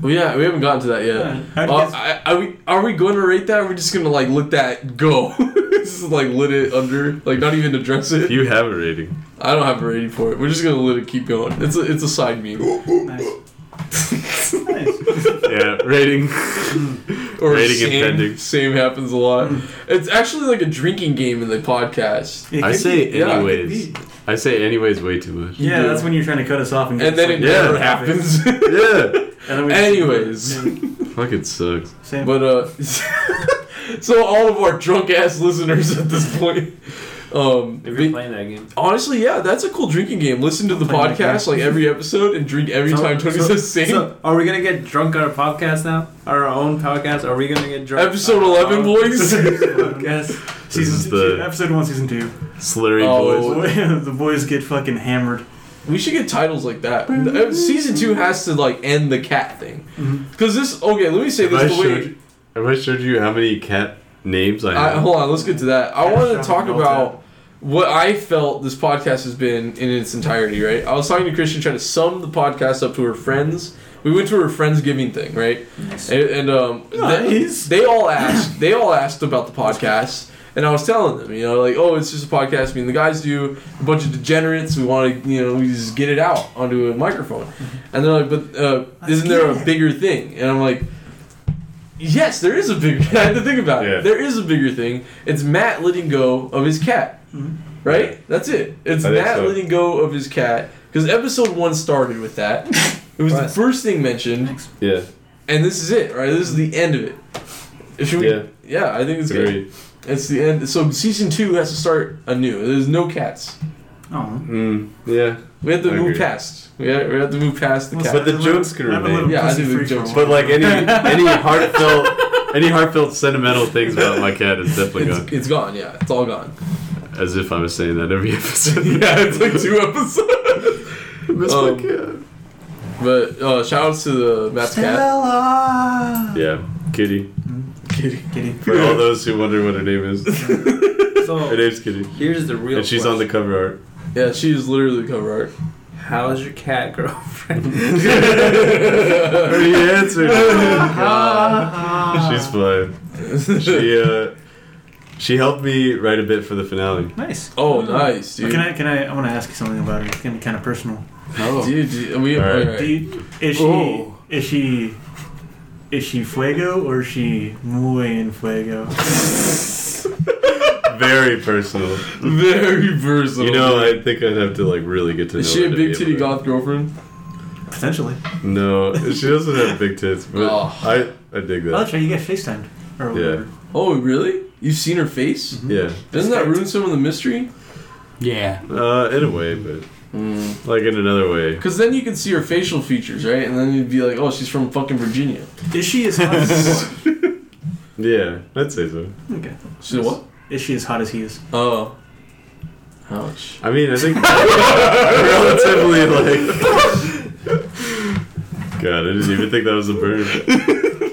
well, yeah, we haven't gotten to that yet. How do you Uh, guys- I, are, we, are we going to rate that? Or are we just going to like let that go? just like let it under, like not even address it. You have a rating. I don't have a rating for it. We're just gonna let it keep going. It's a it's a side meme nice. nice. Yeah, rating. or Rating same, impending. Same happens a lot. Mm. It's actually like a drinking game in the podcast. It I could say be- yeah, it could anyways. be. I say anyways way too much. Yeah, do. that's when you're trying to cut us off and get And then it Yeah. never happens. Yeah. And then we Anyways, Fucking sucks. same. but uh, so all of our drunk ass listeners at this point, um, If they- you're playing that game, honestly, yeah, that's a cool drinking game. Listen to the Play that podcast like every episode and drink every Oh So- time Tony so- says same. so are we gonna get drunk on our podcast now? Our own podcast? Are we gonna get drunk? Episode on our 11, own boys. Podcast. This is season two, the episode one, season two. slurry Oh. voice. the boys get fucking hammered. We should get titles like that. Uh, Season two has to like end the cat thing, because this. Okay, let me say Have I, this the way. showed, have I showed you how many cat names I I, have? hold on, let's get to that. I Yeah, wanted to Sean, talk go about what I felt this podcast has been in its entirety, right? I was talking to Christian, trying to sum the podcast up to her friends. We went to her friendsgiving thing, right? And, and um, Nice. they, they all asked. They all asked about the podcast, and I was telling them, you know, like, oh, it's just a podcast. Me and the guys do a bunch of degenerates. We want to, you know, we just get it out onto a microphone, and they're like, but uh, isn't there a get it. bigger thing? And I'm like. Yes, there is a bigger. I had to think about Yeah. it. There is a bigger thing. It's Matt letting go of his cat, Mm-hmm. right? That's it. It's I think Matt so. letting go of his cat because episode one started with that. It was the Right. first thing mentioned, Yeah. and this is it, right? This is the end of it. If we, Yeah. yeah. I think it's good. Three. It's the end. So season two has to start anew. There's no cats. Oh, Mm, yeah. We have to I move agree. past. We have, we have to move past the Well, cat. But the jokes can I'm a little remain. Yeah, I pussy do the free for a jokes. while. But like any any heartfelt any heartfelt sentimental things about my cat is definitely it's, gone. it's gone. Yeah, it's all gone. As if I was saying that every episode. yeah, it's like two episodes. I miss Um, my cat. But uh, shout outs to the Matt's cat. Yeah. Kitty. Kitty. Mm-hmm. Kitty. For all those who wonder what her name is, her So name's Kitty, here's the real. and she's on the cover art. Yeah, she is literally the cover art. the. How's your cat girlfriend? Already answered. she's fine. Ah. She uh, she helped me write a bit for the finale. Nice. oh, nice, Well, dude. can I? Can I? I want to ask you something about her. It's gonna be kind of personal. Oh. Dude, dude, we. All right. alright. Do you, is she? Oh. Is she? Is she fuego or is she muy en fuego? Very personal. Very personal. You know, I think I'd have to like really get to know. is she her a to big be titty able to- goth girlfriend? Potentially. No, she doesn't have big tits, but Oh. I I dig that. Oh, that's right. You guys FaceTimed. Or whatever. Oh, really? You've seen her face? Yeah, Doesn't that ruin some of the mystery? Yeah. uh, in a way, but Hmm. like in another way. Because then you could see her facial features, right? And then you'd be like, oh, she's from fucking Virginia. Mm-hmm. Is she as hot as Yeah, I'd say so. okay. She's what? Is she as hot as he is? Oh. Ouch. I mean, I think relatively like. God, I didn't even think that was a bird.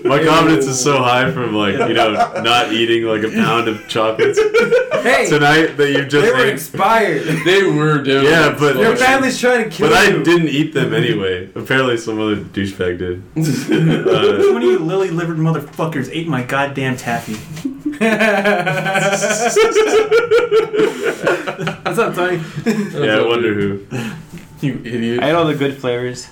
My confidence is so high from like you know not eating like a pound of chocolates hey, tonight that you they just were ate. expired. They were, dude. Yeah, but- Your family's trying to kill But I you. didn't eat them anyway. Apparently, some other douchebag did. Uh, One of you lily-livered motherfuckers ate my goddamn taffy. That's not funny. yeah, I wonder who. You idiot. I had all the good flavors.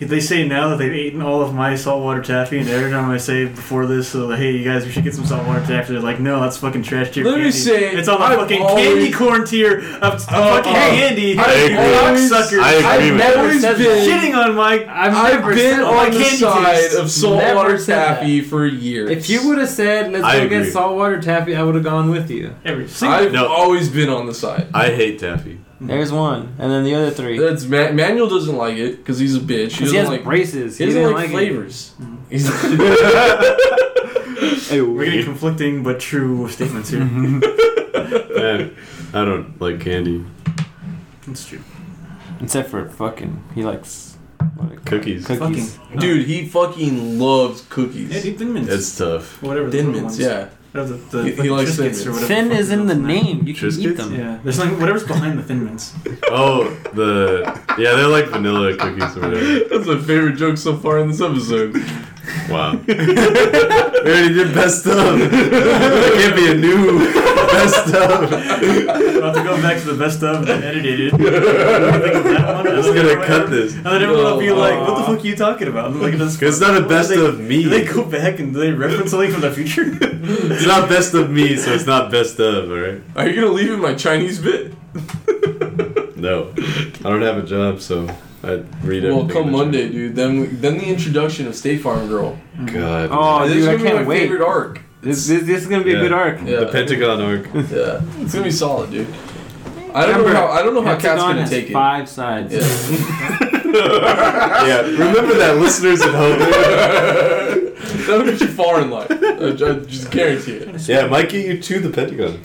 They say now that they've eaten all of my saltwater taffy, and every time I say before this, so like, hey, you guys, we should get some saltwater taffy. They're like, no, that's fucking trash tier. Let me candy. say, it's on the I've fucking always- candy corn tier of fucking uh, candy. I You always- cocksuckers. I agree I've with never that. been, shitting on my. I've, I've never been said- on like the candy side taste. of saltwater Never said that. taffy for years. If you would have said, let's I go agree. get saltwater taffy, I would have gone with you. Every single. Mm-hmm. I've No. always been on the side. I hate taffy. There's one. And then the other three. That's Ma- Manuel doesn't like it because he's a bitch. He 'Cause doesn't he has like. braces. He He, doesn't didn't like, like, flavors. He's We're getting conflicting but true statements here. Mm-hmm. Man, I don't like candy. That's true. It. Except for fucking, he likes Cookies. cookies. Dude, he fucking loves Yeah, cookies. dude, Thin Mints. It's tough. whatever the Thin other mints, ones. yeah. Or The, the, He- he fucking likes Thin Triscuits or Mints. whatever Thin fuck is they're in the called now. name. You can eat Triscuits? them. Yeah, there's like whatever's behind the Thin Mints. Oh, the yeah, they're like vanilla cookies or whatever. That's my favorite joke so far in this episode. Wow. we already did best of. That can't be a new best of. We'll have to go back to the best of and then edit it. Think of that one, I'm just and then gonna cut this. And then everyone will be No. like, "What the fuck are you talking about?" And like, this- It's not a best they, of me. Do they go back and do they reference something from the future? It's not best of me, so it's not best of. All right. Are you gonna leave in my Chinese bit? No, I don't have a job, so I read everything. Well, in come the Monday, dude. Then then the introduction of State Farm Girl. journal. God. Oh, this dude, is I gonna be can't my wait. favorite arc. This, this, this is going to be Yeah. a good arc. Yeah, The Pentagon arc. yeah, it's gonna be solid, dude. I don't Remember, know how I don't know how Cat's Hexagon gonna has take it. five sides. Yeah. yeah, remember that, listeners at home. That'll get you far in life. I, I just guarantee it. Yeah, it might get you to the Pentagon.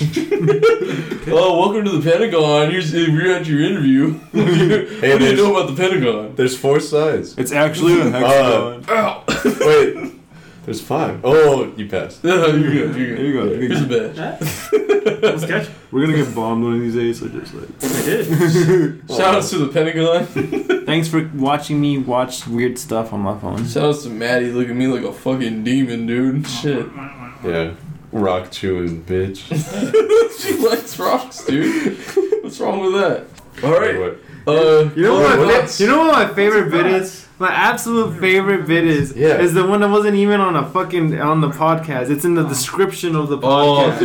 Oh, welcome to the Pentagon. Here's you're at your interview. Hey, what do you there's- know about the Pentagon? There's four sides. It's actually Uh, a hexagon. Ow! Wait, there's five. Oh, you passed. you're good. You're good. go. Here's a badge. That's good. We're gonna get bombed one of these days. So just like. I did. Shout Oh. outs to the Pentagon. Thanks for watching me watch weird stuff on my phone. Shout outs to Maddie. Look at me like a fucking demon, dude. Shit. Yeah, rock chewing bitch. she likes rocks, dude. What's wrong with that? All right. Anyway. Uh, You know Wait, what? my what? fa- you know what my favorite bit is? My absolute favorite bit is Yeah. is the one that wasn't even on a fucking on the podcast. It's in the description of the Oh, podcast.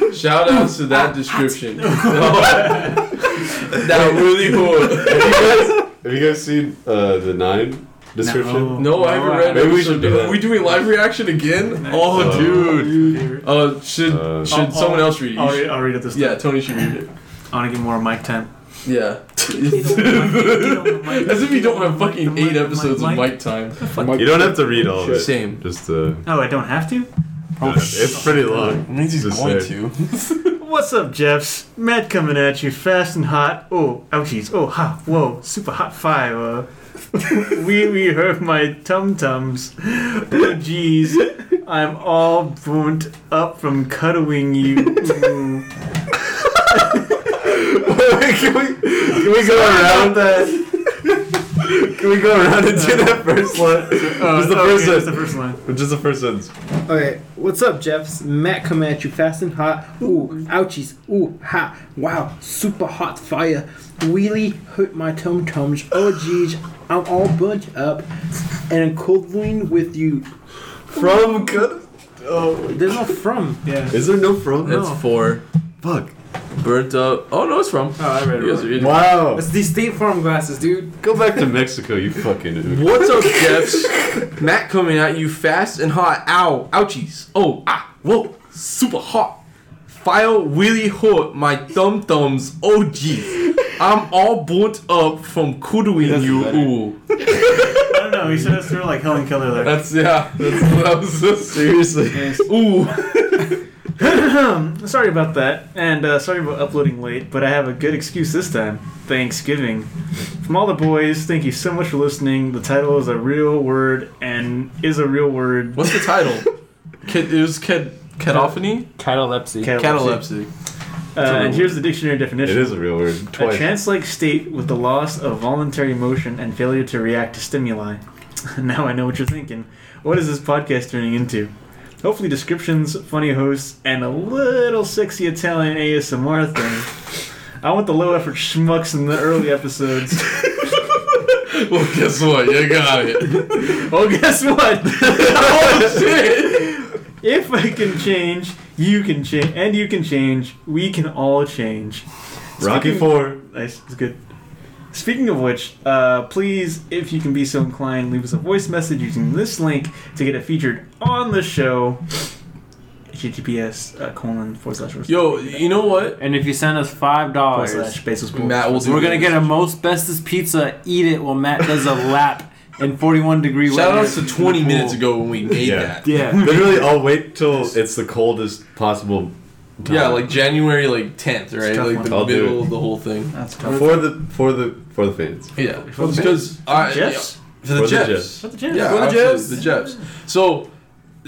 dude. Shout outs to that description. that really cool. Have you guys, have you guys seen uh, the nine description? No, I haven't read it. Maybe we So should do that. Are we doing live reaction again? Oh, Uh, dude. Favorite. Uh, should Uh, should I'll- someone I'll- else read it? You I'll, should- read- I'll read it this yeah, time. Tony should read it. I want to get more mic time. Yeah. mic. As if you don't have fucking The mic, eight the episodes of mic, mic time. You don't have to read all of it. Same. Just uh, Oh, I don't have to. uh, it's pretty long. Means he's Just going say. to. What's up, Jeffs? Oh, Matt coming at you fast and hot. Oh, ouchies. Oh, hot. Whoa, super hot fire. we we hurt my tum tums. Oh jeez, I'm all burnt up from cuddling you. Ooh. can we can we go around that? Can we go around and do that first line? Uh, just the okay, first that's the sentence. first line. Just the first sentence. Okay, what's up, Jeffs? Matt coming at you fast and hot. Ooh, ouchies. Ooh, ha. Wow, super hot fire. Wheelie hurt my tum tums. Oh, geez, I'm all burnt up and cuddling with you. From good. Oh, There's no from. Yeah. is there no from? That's four. Fuck. Burnt up. Oh no, it's from. Oh, I read You guys are idiots. Wow. It's these State Farm glasses, dude. Go back to Mexico, you fucking. What's up, Jeffs? Matt coming at you fast and hot. Ow, ouchies. Oh, ah, whoa, super hot. File really hurt my thumb thumbs. Oh, geez. I'm all burnt up from kudoing you. Ooh. I don't know. He said it's sort of like Helen Keller there. That's, yeah, that's, that was so Seriously. Ooh. sorry about that, and uh, sorry about uploading late, but I have a good excuse this time. Thanksgiving. From all the boys, thank you so much for listening. The title is a real word and is a real word. What's the title? Kid, it was kid, cataphony? Catalepsy. Catalepsy. Uh, and here's the dictionary It definition. is a real word. A Twice. trance-like state with the loss of voluntary motion and failure to react to stimuli. now I know what you're thinking. What is this podcast turning into? Hopefully, descriptions, funny hosts, and a little sexy Italian ASMR thing. I want the low-effort schmucks in the early episodes. Well, guess what? You got it. well, guess what? oh, shit. If I can change, you can change, and you can change. We can all change. Rocky Speaking- Four. Nice. It's good. Speaking of which, uh, please, if you can be so inclined, leave us a voice message using this link to get it featured on the show. HTTPS uh, colon forward slash forward Yo, you know what? And if you send us five forward dollars, slash basis pool. Matt will do we're gonna this. get a most bestest pizza. Eat it while Matt does a lap in 41 degree Shout weather. outs to 20 minutes ago when we made Yeah. that. Yeah. Literally, I'll wait till it's the coldest possible. Time. Yeah, like January like 10th, It's a right? tough Like one. the I'll do middle it. of the whole thing. That's tough. for the for the for the fans. Yeah, For the because I Jeffs? yeah, for the For the Jeffs. Jeffs. For the Yeah, Jeffs. for the Jeffs. The Jeffs. So,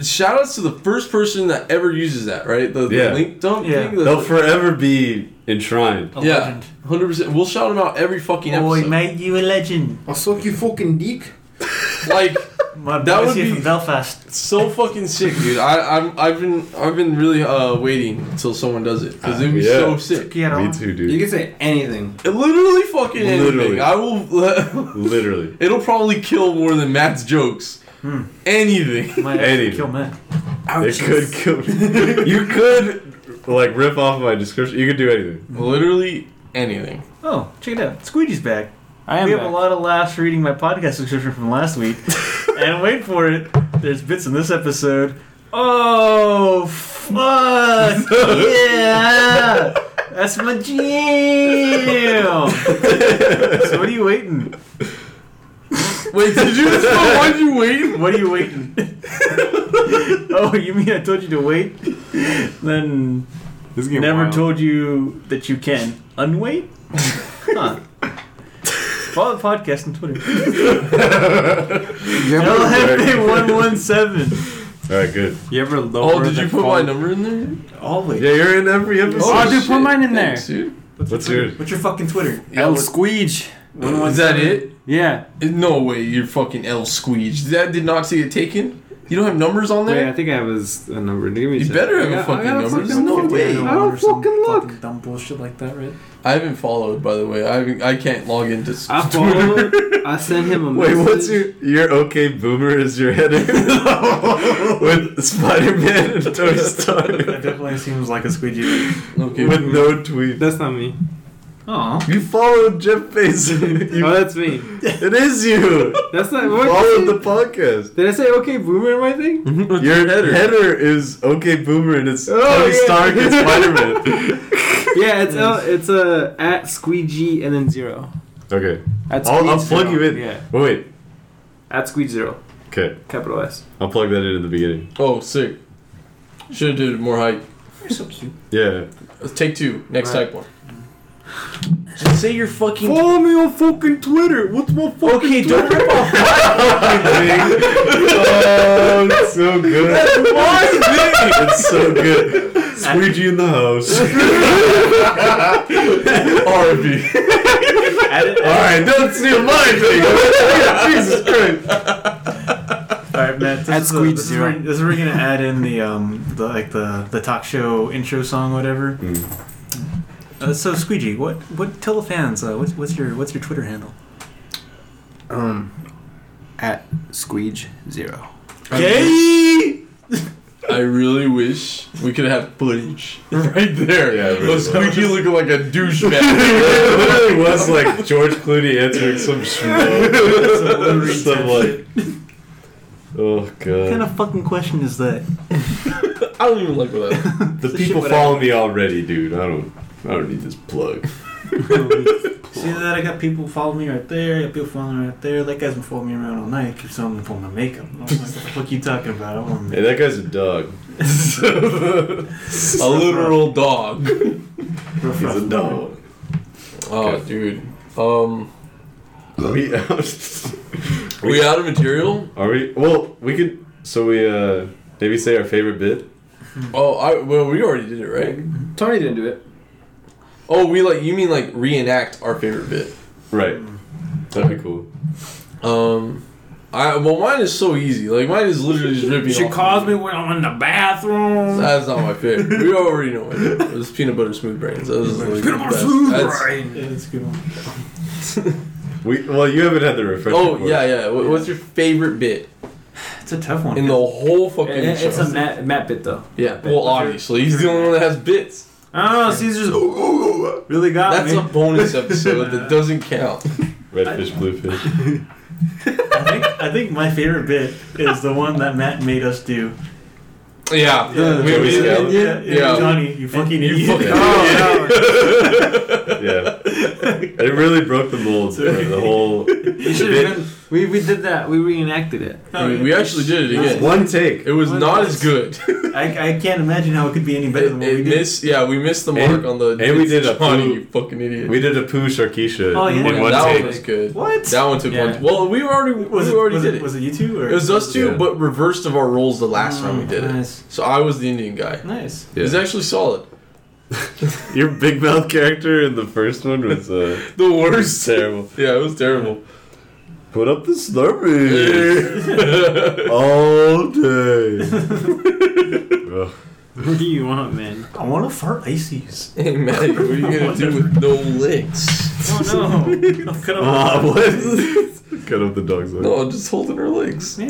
shout outs to the first person that ever uses that, right? The, the Yeah. link dump Yeah. thing. the- They'll forever be enshrined. yeah, hundred percent. We'll shout them out every fucking episode. made you a legend. I'll suck you fucking dick. Like My That boy's would here be- from Belfast. so fucking sick, dude. I I'm, I've been I've been really uh, waiting until someone does it because it'd be Yeah. so sick. Get on. Me too, You dude. can say anything. Literally fucking anything. Literally. I will. Literally. It'll probably kill more than Matt's jokes. Hmm. Anything. Might actually Eddie. kill Matt. It could kill me. You could like rip off my description. You could do anything. Literally anything. Oh, check it out. Squeegee's back. I am we have back. a lot of laughs reading my podcast description from last week. and wait for it, there's bits in this episode. Oh, fuck! yeah! That's my jam! so what are you waiting? Wait, did you just why'd you wait? What are you waiting? oh, you mean I told you to wait? Then This is getting never wild. told you that you can unwait? Huh. Follow the podcast on Twitter. LFA117. All right, good. You ever lower? Oh, did the you put my phone- number in there? Always. Yeah, you're in every episode. Oh, dude, put mine in Thanks, dude. What's yours? What's your fucking Twitter? El Squeege. Is that it? Yeah. No way, you're fucking L squeege. That did not see it taken? You don't have numbers on Wait, I there? think I have his uh, number. Give me a You sec. better I have a got- I fucking got number. There's fucking- no way. I don't fucking look. dumb bullshit like that, right? I haven't followed, by the way. I haven't- I can't log into s- I Twitter. followed. I sent him a Wait, message. what's your your okay boomer is your header with Spider Man and Toy Story That definitely seems like a squeegee. Okay. with no tweet. That's not me. Aw. You followed Jeff Bezos. Oh, You, that's me. it is you. That's not. What Followed the podcast. Did I say okay, boomer in my thing? What's Your your header. is okay, Boomer, and it's Oh, Tony yeah. Stark and Spider Man. yeah, it's a, it's a at squeegee and then zero. okay, At I'll, I'll squeege plug zero. you in. Yeah, Wait, wait, at squeege zero, okay, capital S. I'll plug that in at the beginning. Oh, sick. Should have did more hype. You're so cute. Yeah, Take two. Next Right. hype one. Just say your fucking. Follow me on fucking Twitter. What's my fucking Okay, don't rip off. oh, it's so good. It's so good. Squeegee in the house. R.B. All right, don't steal my thing. Jesus Christ. Alright, Matt. This At is, the- Squeed this, is Zero. where, this is where we're gonna add in the um the like the the talk show intro song whatever. Uh, so Squeegee, what what tell the fans uh, what's what's your what's your Twitter handle? Um, at Squeege Zero. Gay. I really wish we could have footage right there. Yeah, I really of Squeaky looking like a douchebag. It literally was like George Clooney answering some schmo. some like. Oh What kind god. of fucking question is that? I don't even like what that. is. The It's a shit people whatever. follow me already, dude. I don't. I don't need this plug. See that I got people following me right there. I got people following me right there. That guy's been following me around all night. Keeps telling me to pull my makeup. I'm like, what the fuck you talking about? I don't want Hey, that guy's a dog. A literal dog. He's a dog. Oh, Okay. dude. Um, Are we, we out of material? are we? Well, we could. So we uh maybe say our favorite bit. Oh, I well, we already did it, right? Tony didn't do it. Oh, we like you mean like reenact our favorite bit? Right. That'd be cool. Um, I well, mine is so easy. Like mine is literally just ripping. She off- calls me when I'm in the bathroom. That's not my favorite. We already know it. It's peanut butter smooth brains. That was like Peanut the butter best. smooth That's- brain. Yeah, that's a good one. We well, you haven't had the refresher. Oh course. yeah, yeah. What- What's your favorite bit It's a tough one. in the whole fucking It- It's show? a Matt, Matt bit though. yeah. Well, obviously he's the only one that has bits. I Ah, don't know. Caesar's really got That's me. a bonus episode that doesn't count. Redfish, bluefish. I think I think my favorite bit is the one that Matt made us do. Yeah. Yeah. We- we- Yeah. Yeah, Yeah. Johnny, you fucking You idiot. fucking- Oh, no. yeah. It really broke the mold. For the whole You should have been. We, we did that. We reenacted it. we, we actually did it again. one take. It was not as good. I, I can't imagine how it could be any better than what It- we it did. missed- yeah, we missed the mark And- on the. and we it's did a Johnny, poo- you fucking idiot. We did a poo Sharkeesha Oh, in yeah. one that take. one was good. What? That one took Yeah. one. Well, we already was we it, already was did it, it. Was it you two? Or Oh, It was us two, Yeah. but reversed of our roles the last time we did it. Nice. So I was the Indian guy. Nice. It was Yeah. actually solid. Your big mouth character in the first one was uh, The was terrible. Yeah, it was terrible. Put up the Slurpee all day. Ugh. What do you want, man? I want to fart ices. hey, Maddie, what are you gonna do with no licks? Oh no. Ah, what? Cut up the dog's leg. No, I'm just holding her legs. Yeah.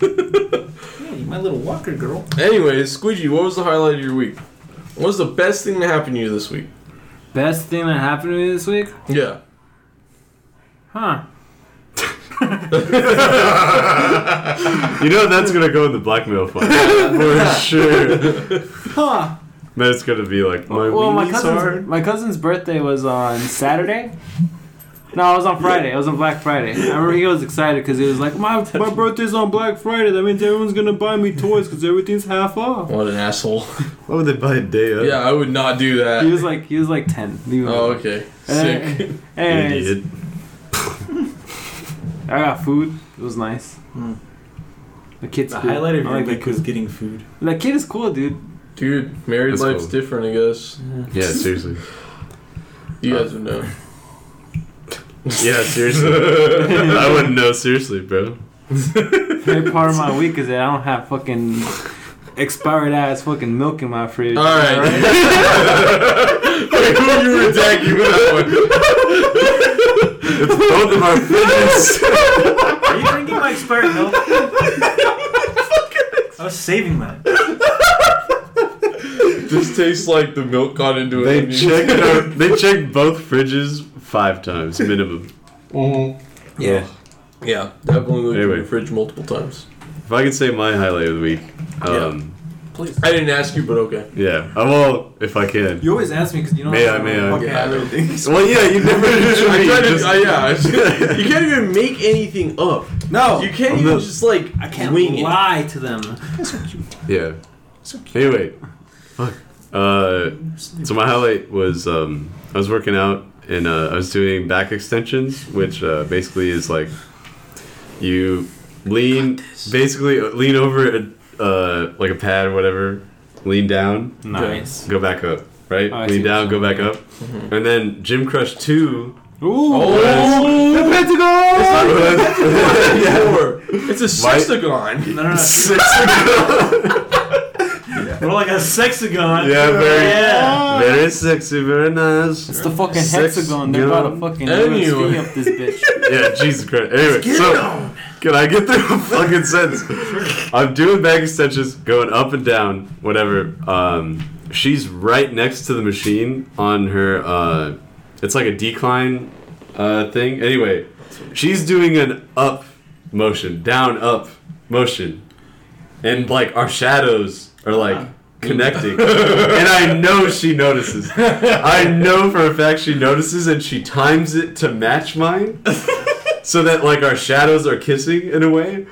yeah, you my little walker girl. Anyways, Squidgy, what was the highlight of your week? What was the best thing that happened to you this week? Best thing that happened to me this week? Yeah. Huh? You know that's gonna go in the blackmail file for sure. Huh. That's gonna be like my well, my weenies cousin's hard. my cousin's birthday was on Saturday. No, it was on Friday. It was on Black Friday. I remember he was excited because he was like, "My my birthday's on Black Friday. That means everyone's gonna buy me toys because everything's half off." What an asshole. Why would they buy a day up? Yeah, I would not do He that. was like, he was like ten. Leave him Oh, alone. okay. Eh. And- Sick. anyways, Idiot. I got food. It was nice. Mm. The kid's The cool. highlight of I your like week was getting food. that. That kid is cool, dude. Dude, married That's life's cool. different, I guess. Yeah, seriously. You Uh, guys would know. Yeah, seriously. I wouldn't know, seriously, bro. Great part of my week is that I don't have fucking expired ass fucking milk in my fridge. All right. dude. Wait, who are you attacking with that one? it's both of our friends. Are you drinking my expired milk? I was saving that. This tastes like the milk got into it. They checked our, they checked both fridges five times minimum. Yeah. Yeah, definitely looked in Anyway. your fridge multiple times. If I could say my highlight of the week, um, I didn't ask you, but okay. yeah, I will if I can. You always ask me because you know. May I? May I? Okay. Yeah, I don't think Well, yeah, you never. I tried to, just- uh, yeah, I was- you can't even make anything up. No. You can't Oh, I'm even not- just like I can't wing lie to them. Yeah. Anyway, fuck. Uh, so my highlight was um, I was working out and uh, I was doing back extensions, which uh, basically is like you lean, basically lean over a, uh, like a pad or whatever, lean down, Nice. go back up, right? Oh, I see lean what down, go you're Mm-hmm. back up, and then Gym Crush Two. Ooh. Oh, the Pentagon! yeah. It's a Why- sextagon. No, no, no. We're like a sexagon. Yeah, very- Yeah. Very sexy, very nice. It's the fucking Six hexagon. They're about to gun. fucking Anyway. anyway. up this bitch. yeah, Jesus Christ. Anyway, so can I get through a fucking sentence? I'm doing back extensions, going up and down, whatever. Um, she's right next to the machine on her. Uh, it's like a decline uh, thing. Anyway, she's doing an up motion, down up motion, and like our shadows are like. Connecting, and I know she notices. I know for a fact she notices, and she times it to match mine so that like our shadows are kissing in a way,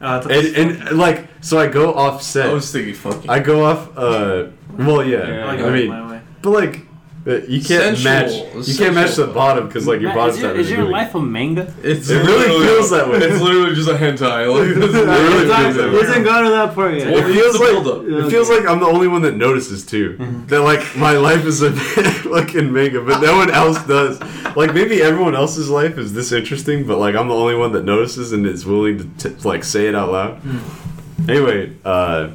Uh, and and like so I go offset. I I, was thinking fucking. go off. Uh, well, yeah. Yeah, I mean, but like uh, you can't Sensual. match. You can't match the Sensual. bottom because like your Matt, bottom's is your, not is your moving. life a manga? It's It really literally- feels that way. It's literally just a hentai. Like, this is It really feels that way. Isn't gone to that part yet. Well, It it's feels the like buildup. Mm-hmm. it feels like I'm the only one that notices too. That like my life is a fucking manga, but no one else does. Like maybe everyone else's life is this interesting, but like I'm the only one that notices and is willing to t- like say it out loud. Hmm. Anyway, uh,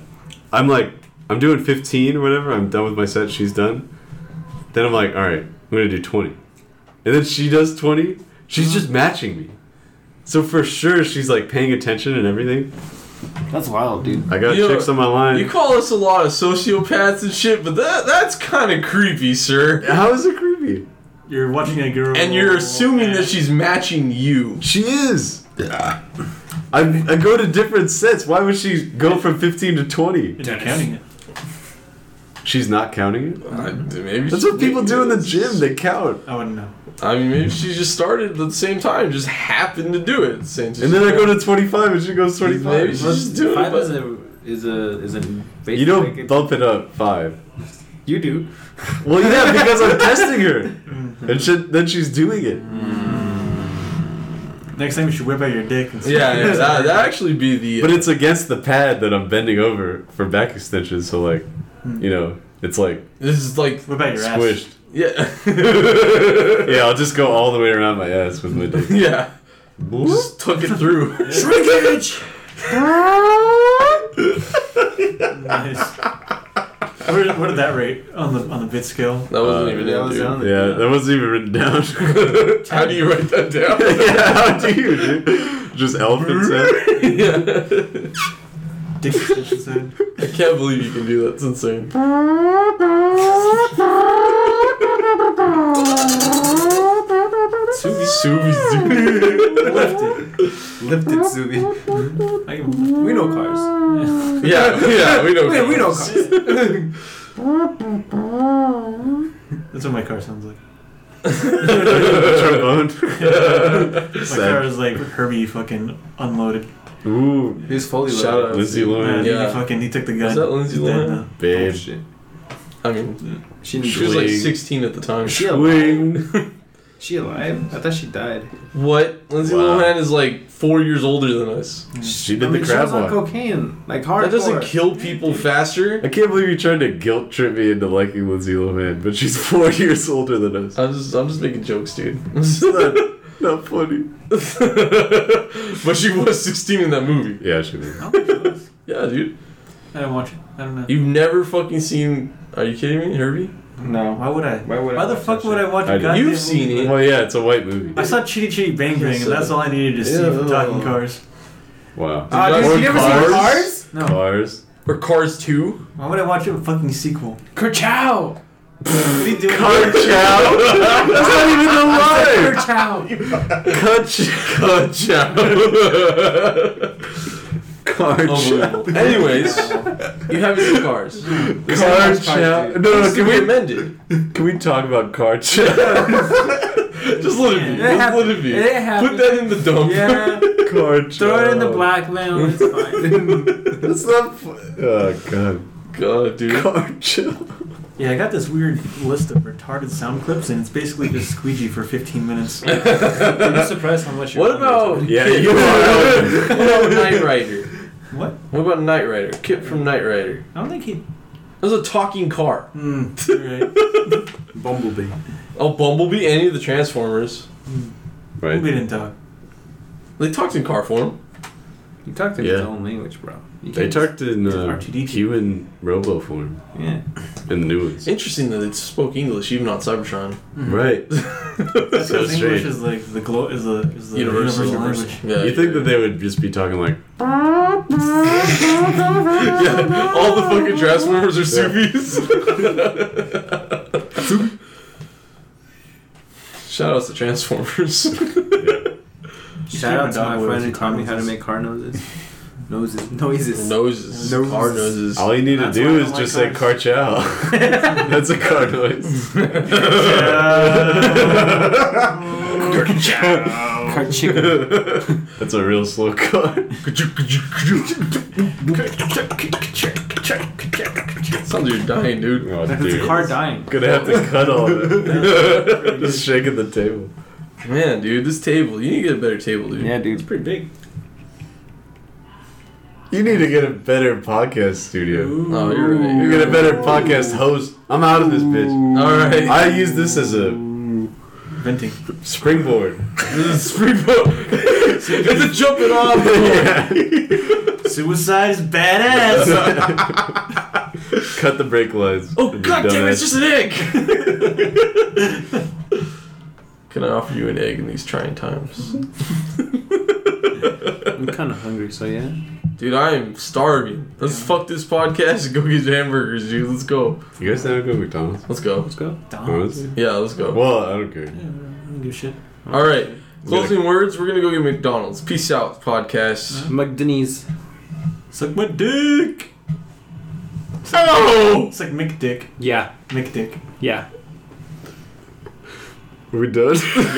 I'm like I'm doing 15 or whatever. I'm done with my set. She's done. Then I'm like, all right, I'm gonna do 20, and then she does 20. She's just matching me. So for sure, she's like paying attention and everything. That's wild, dude. I got You know, chicks on my line. You call us a lot of sociopaths and shit, but that that's kind of creepy, sir. How is it creepy? You're watching a girl. And you're assuming that she's matching you. She is. I, I go to different sets. Why would she go from 15 to 20? You're counting it. She's not counting it? I, maybe That's she- what people do in the gym. They count. I wouldn't know. I mean, maybe she just started at the same time, just happened to do it. at the Same And then I go to 25 and she goes 25. Maybe she's just doing it. Five is but- a is a is a. Basic You don't bump it up five. You do. Well, yeah, because I'm testing her. And she, then she's doing it. Next time you should whip out your dick. And Yeah, yeah that that actually be the. But it's against the pad that I'm bending over for back extensions. So, like, you know, it's like this is like Whip out your ass. squished. yeah Yeah, I'll just go all the way around my ass with my dick. yeah. Just took it through. Shrinkage! Nice. Where, what did that rate on the on the bit scale? That wasn't even Uh, that it, was dude. on Yeah, that wasn't even written down. How do you write that down? yeah, how do you, dude? Just elephants out? yeah. Dick extension sign. I can't believe you can do that. It's insane. Subi, Subi, Subi. Lifted Zuby. I, we know cars. yeah, yeah, we know. We, we know cars. That's what my car sounds like. Trombone. My car Sad. is like Herbie fucking unloaded. Ooh, He's fully Shout loaded. out. Lindsay Man, Lohan. Oh, Yeah. he fucking he took the gun. Is that Lindsay He's dead Lohan? Babe. I mean, She, she was like Swing. 16 at the time. she alive? Swing. She alive? I thought she died. What? Lindsay Wow. Lohan is like four years older than us. She did I the mean, she crab was on walk. cocaine, like hardcore. That doesn't kill people faster. I can't believe you tried to guilt trip me into liking Lindsay Lohan, but she's four years older than us. I'm just, I'm just making jokes, dude. Not, not funny. but she was 16 in that movie. Yeah, she did. Yeah, dude. I don't watch it. I don't know. You've never fucking seen. Are you kidding me, Herbie? No. Why would I? Why would I Why the watch fuck that would I shit? watch I a did. goddamn You've seen movie? it. Well, yeah, it's a white movie. I saw Chitty Chitty Bang Bang, and that's all I needed to see Ew. from talking cars. Wow. Ah, dude, Or you never Cars? seen Cars? No, Cars. Or Cars 2? why would I watch a fucking sequel? Kerchow! What are you doing? Car Chow. That's not even the line. Kerchow! Cut Chow. Car Chow. Oh, Unbelievable. Oh, Anyways, you haven't seen Cars. Car Cars, Chow. No, dude. no, can we we amend it? can we talk about Car Chow? Just let it be. It Just let it be. It Put happened. that in the dump. Yeah. Car Chow. Throw it in the blackmail. It's fine. That's not. fu- Oh god. god, dude. Car chill. Yeah, I got this weird list of retarded sound clips, and it's basically just squeegee for 15 minutes. I'm surprised how much. What your audio about is. Yeah, Kit you from- are. What about Knight Rider? What? What about Knight Rider? Kip from Knight Rider. I don't think he. That was a talking car. Hmm. Bumblebee. Oh, Bumblebee, any of the Transformers. We Right. didn't talk. They talked in car form. You talked in Yeah. his own language, bro. You They can't- talked in uh, R2D2. human robo form Yeah. in the new ones. Interesting that it spoke English even on Cybertron. Right. Hmm. That's so because English strange. is like the glo- is the is the Universal, universal, universal. language. Yeah, You think that yeah. they would just be talking like yeah, all the fucking Transformers are Subies. Shout outs to Transformers. Shout out to Dog my was friend he who taught me how to noses. make car noses. Noses. Noises. noses. Noses. Car noses. all you need That's to why I do is don't like just say car cars. chow. That's a car noise. Car chicken. That's a real slow car. Sounds like you're dying, dude. Oh, It's dude. a car dying. Gonna have to cut all that. just shaking the table. Man, dude, this table. You need to get a better table, dude. Yeah, dude. It's pretty big. You need to get a better podcast studio. Oh, you're right. You You're get a right. better podcast host. I'm out of this bitch. All right. I use this as a Venting. springboard. this is Springboard. it's a jumping off. Suicide is badass. Cut the brake lines. Oh you god damn it, it's dumbass. just an egg! Can I offer you an egg in these trying times? I'm kind of hungry, so yeah. Dude, I am starving. Let's fuck this podcast and go get hamburgers, dude. Let's go. You guys never go to McDonald's? Let's go. Let's go. Honestly? Yeah, let's go. Well, I don't care. Don't give a shit. Alright. Closing words, we're gonna go get McDonald's. Peace out, podcast. McDenny's. Suck my dick. Oh! It's like McDick. Yeah. McDick. Yeah. We're done.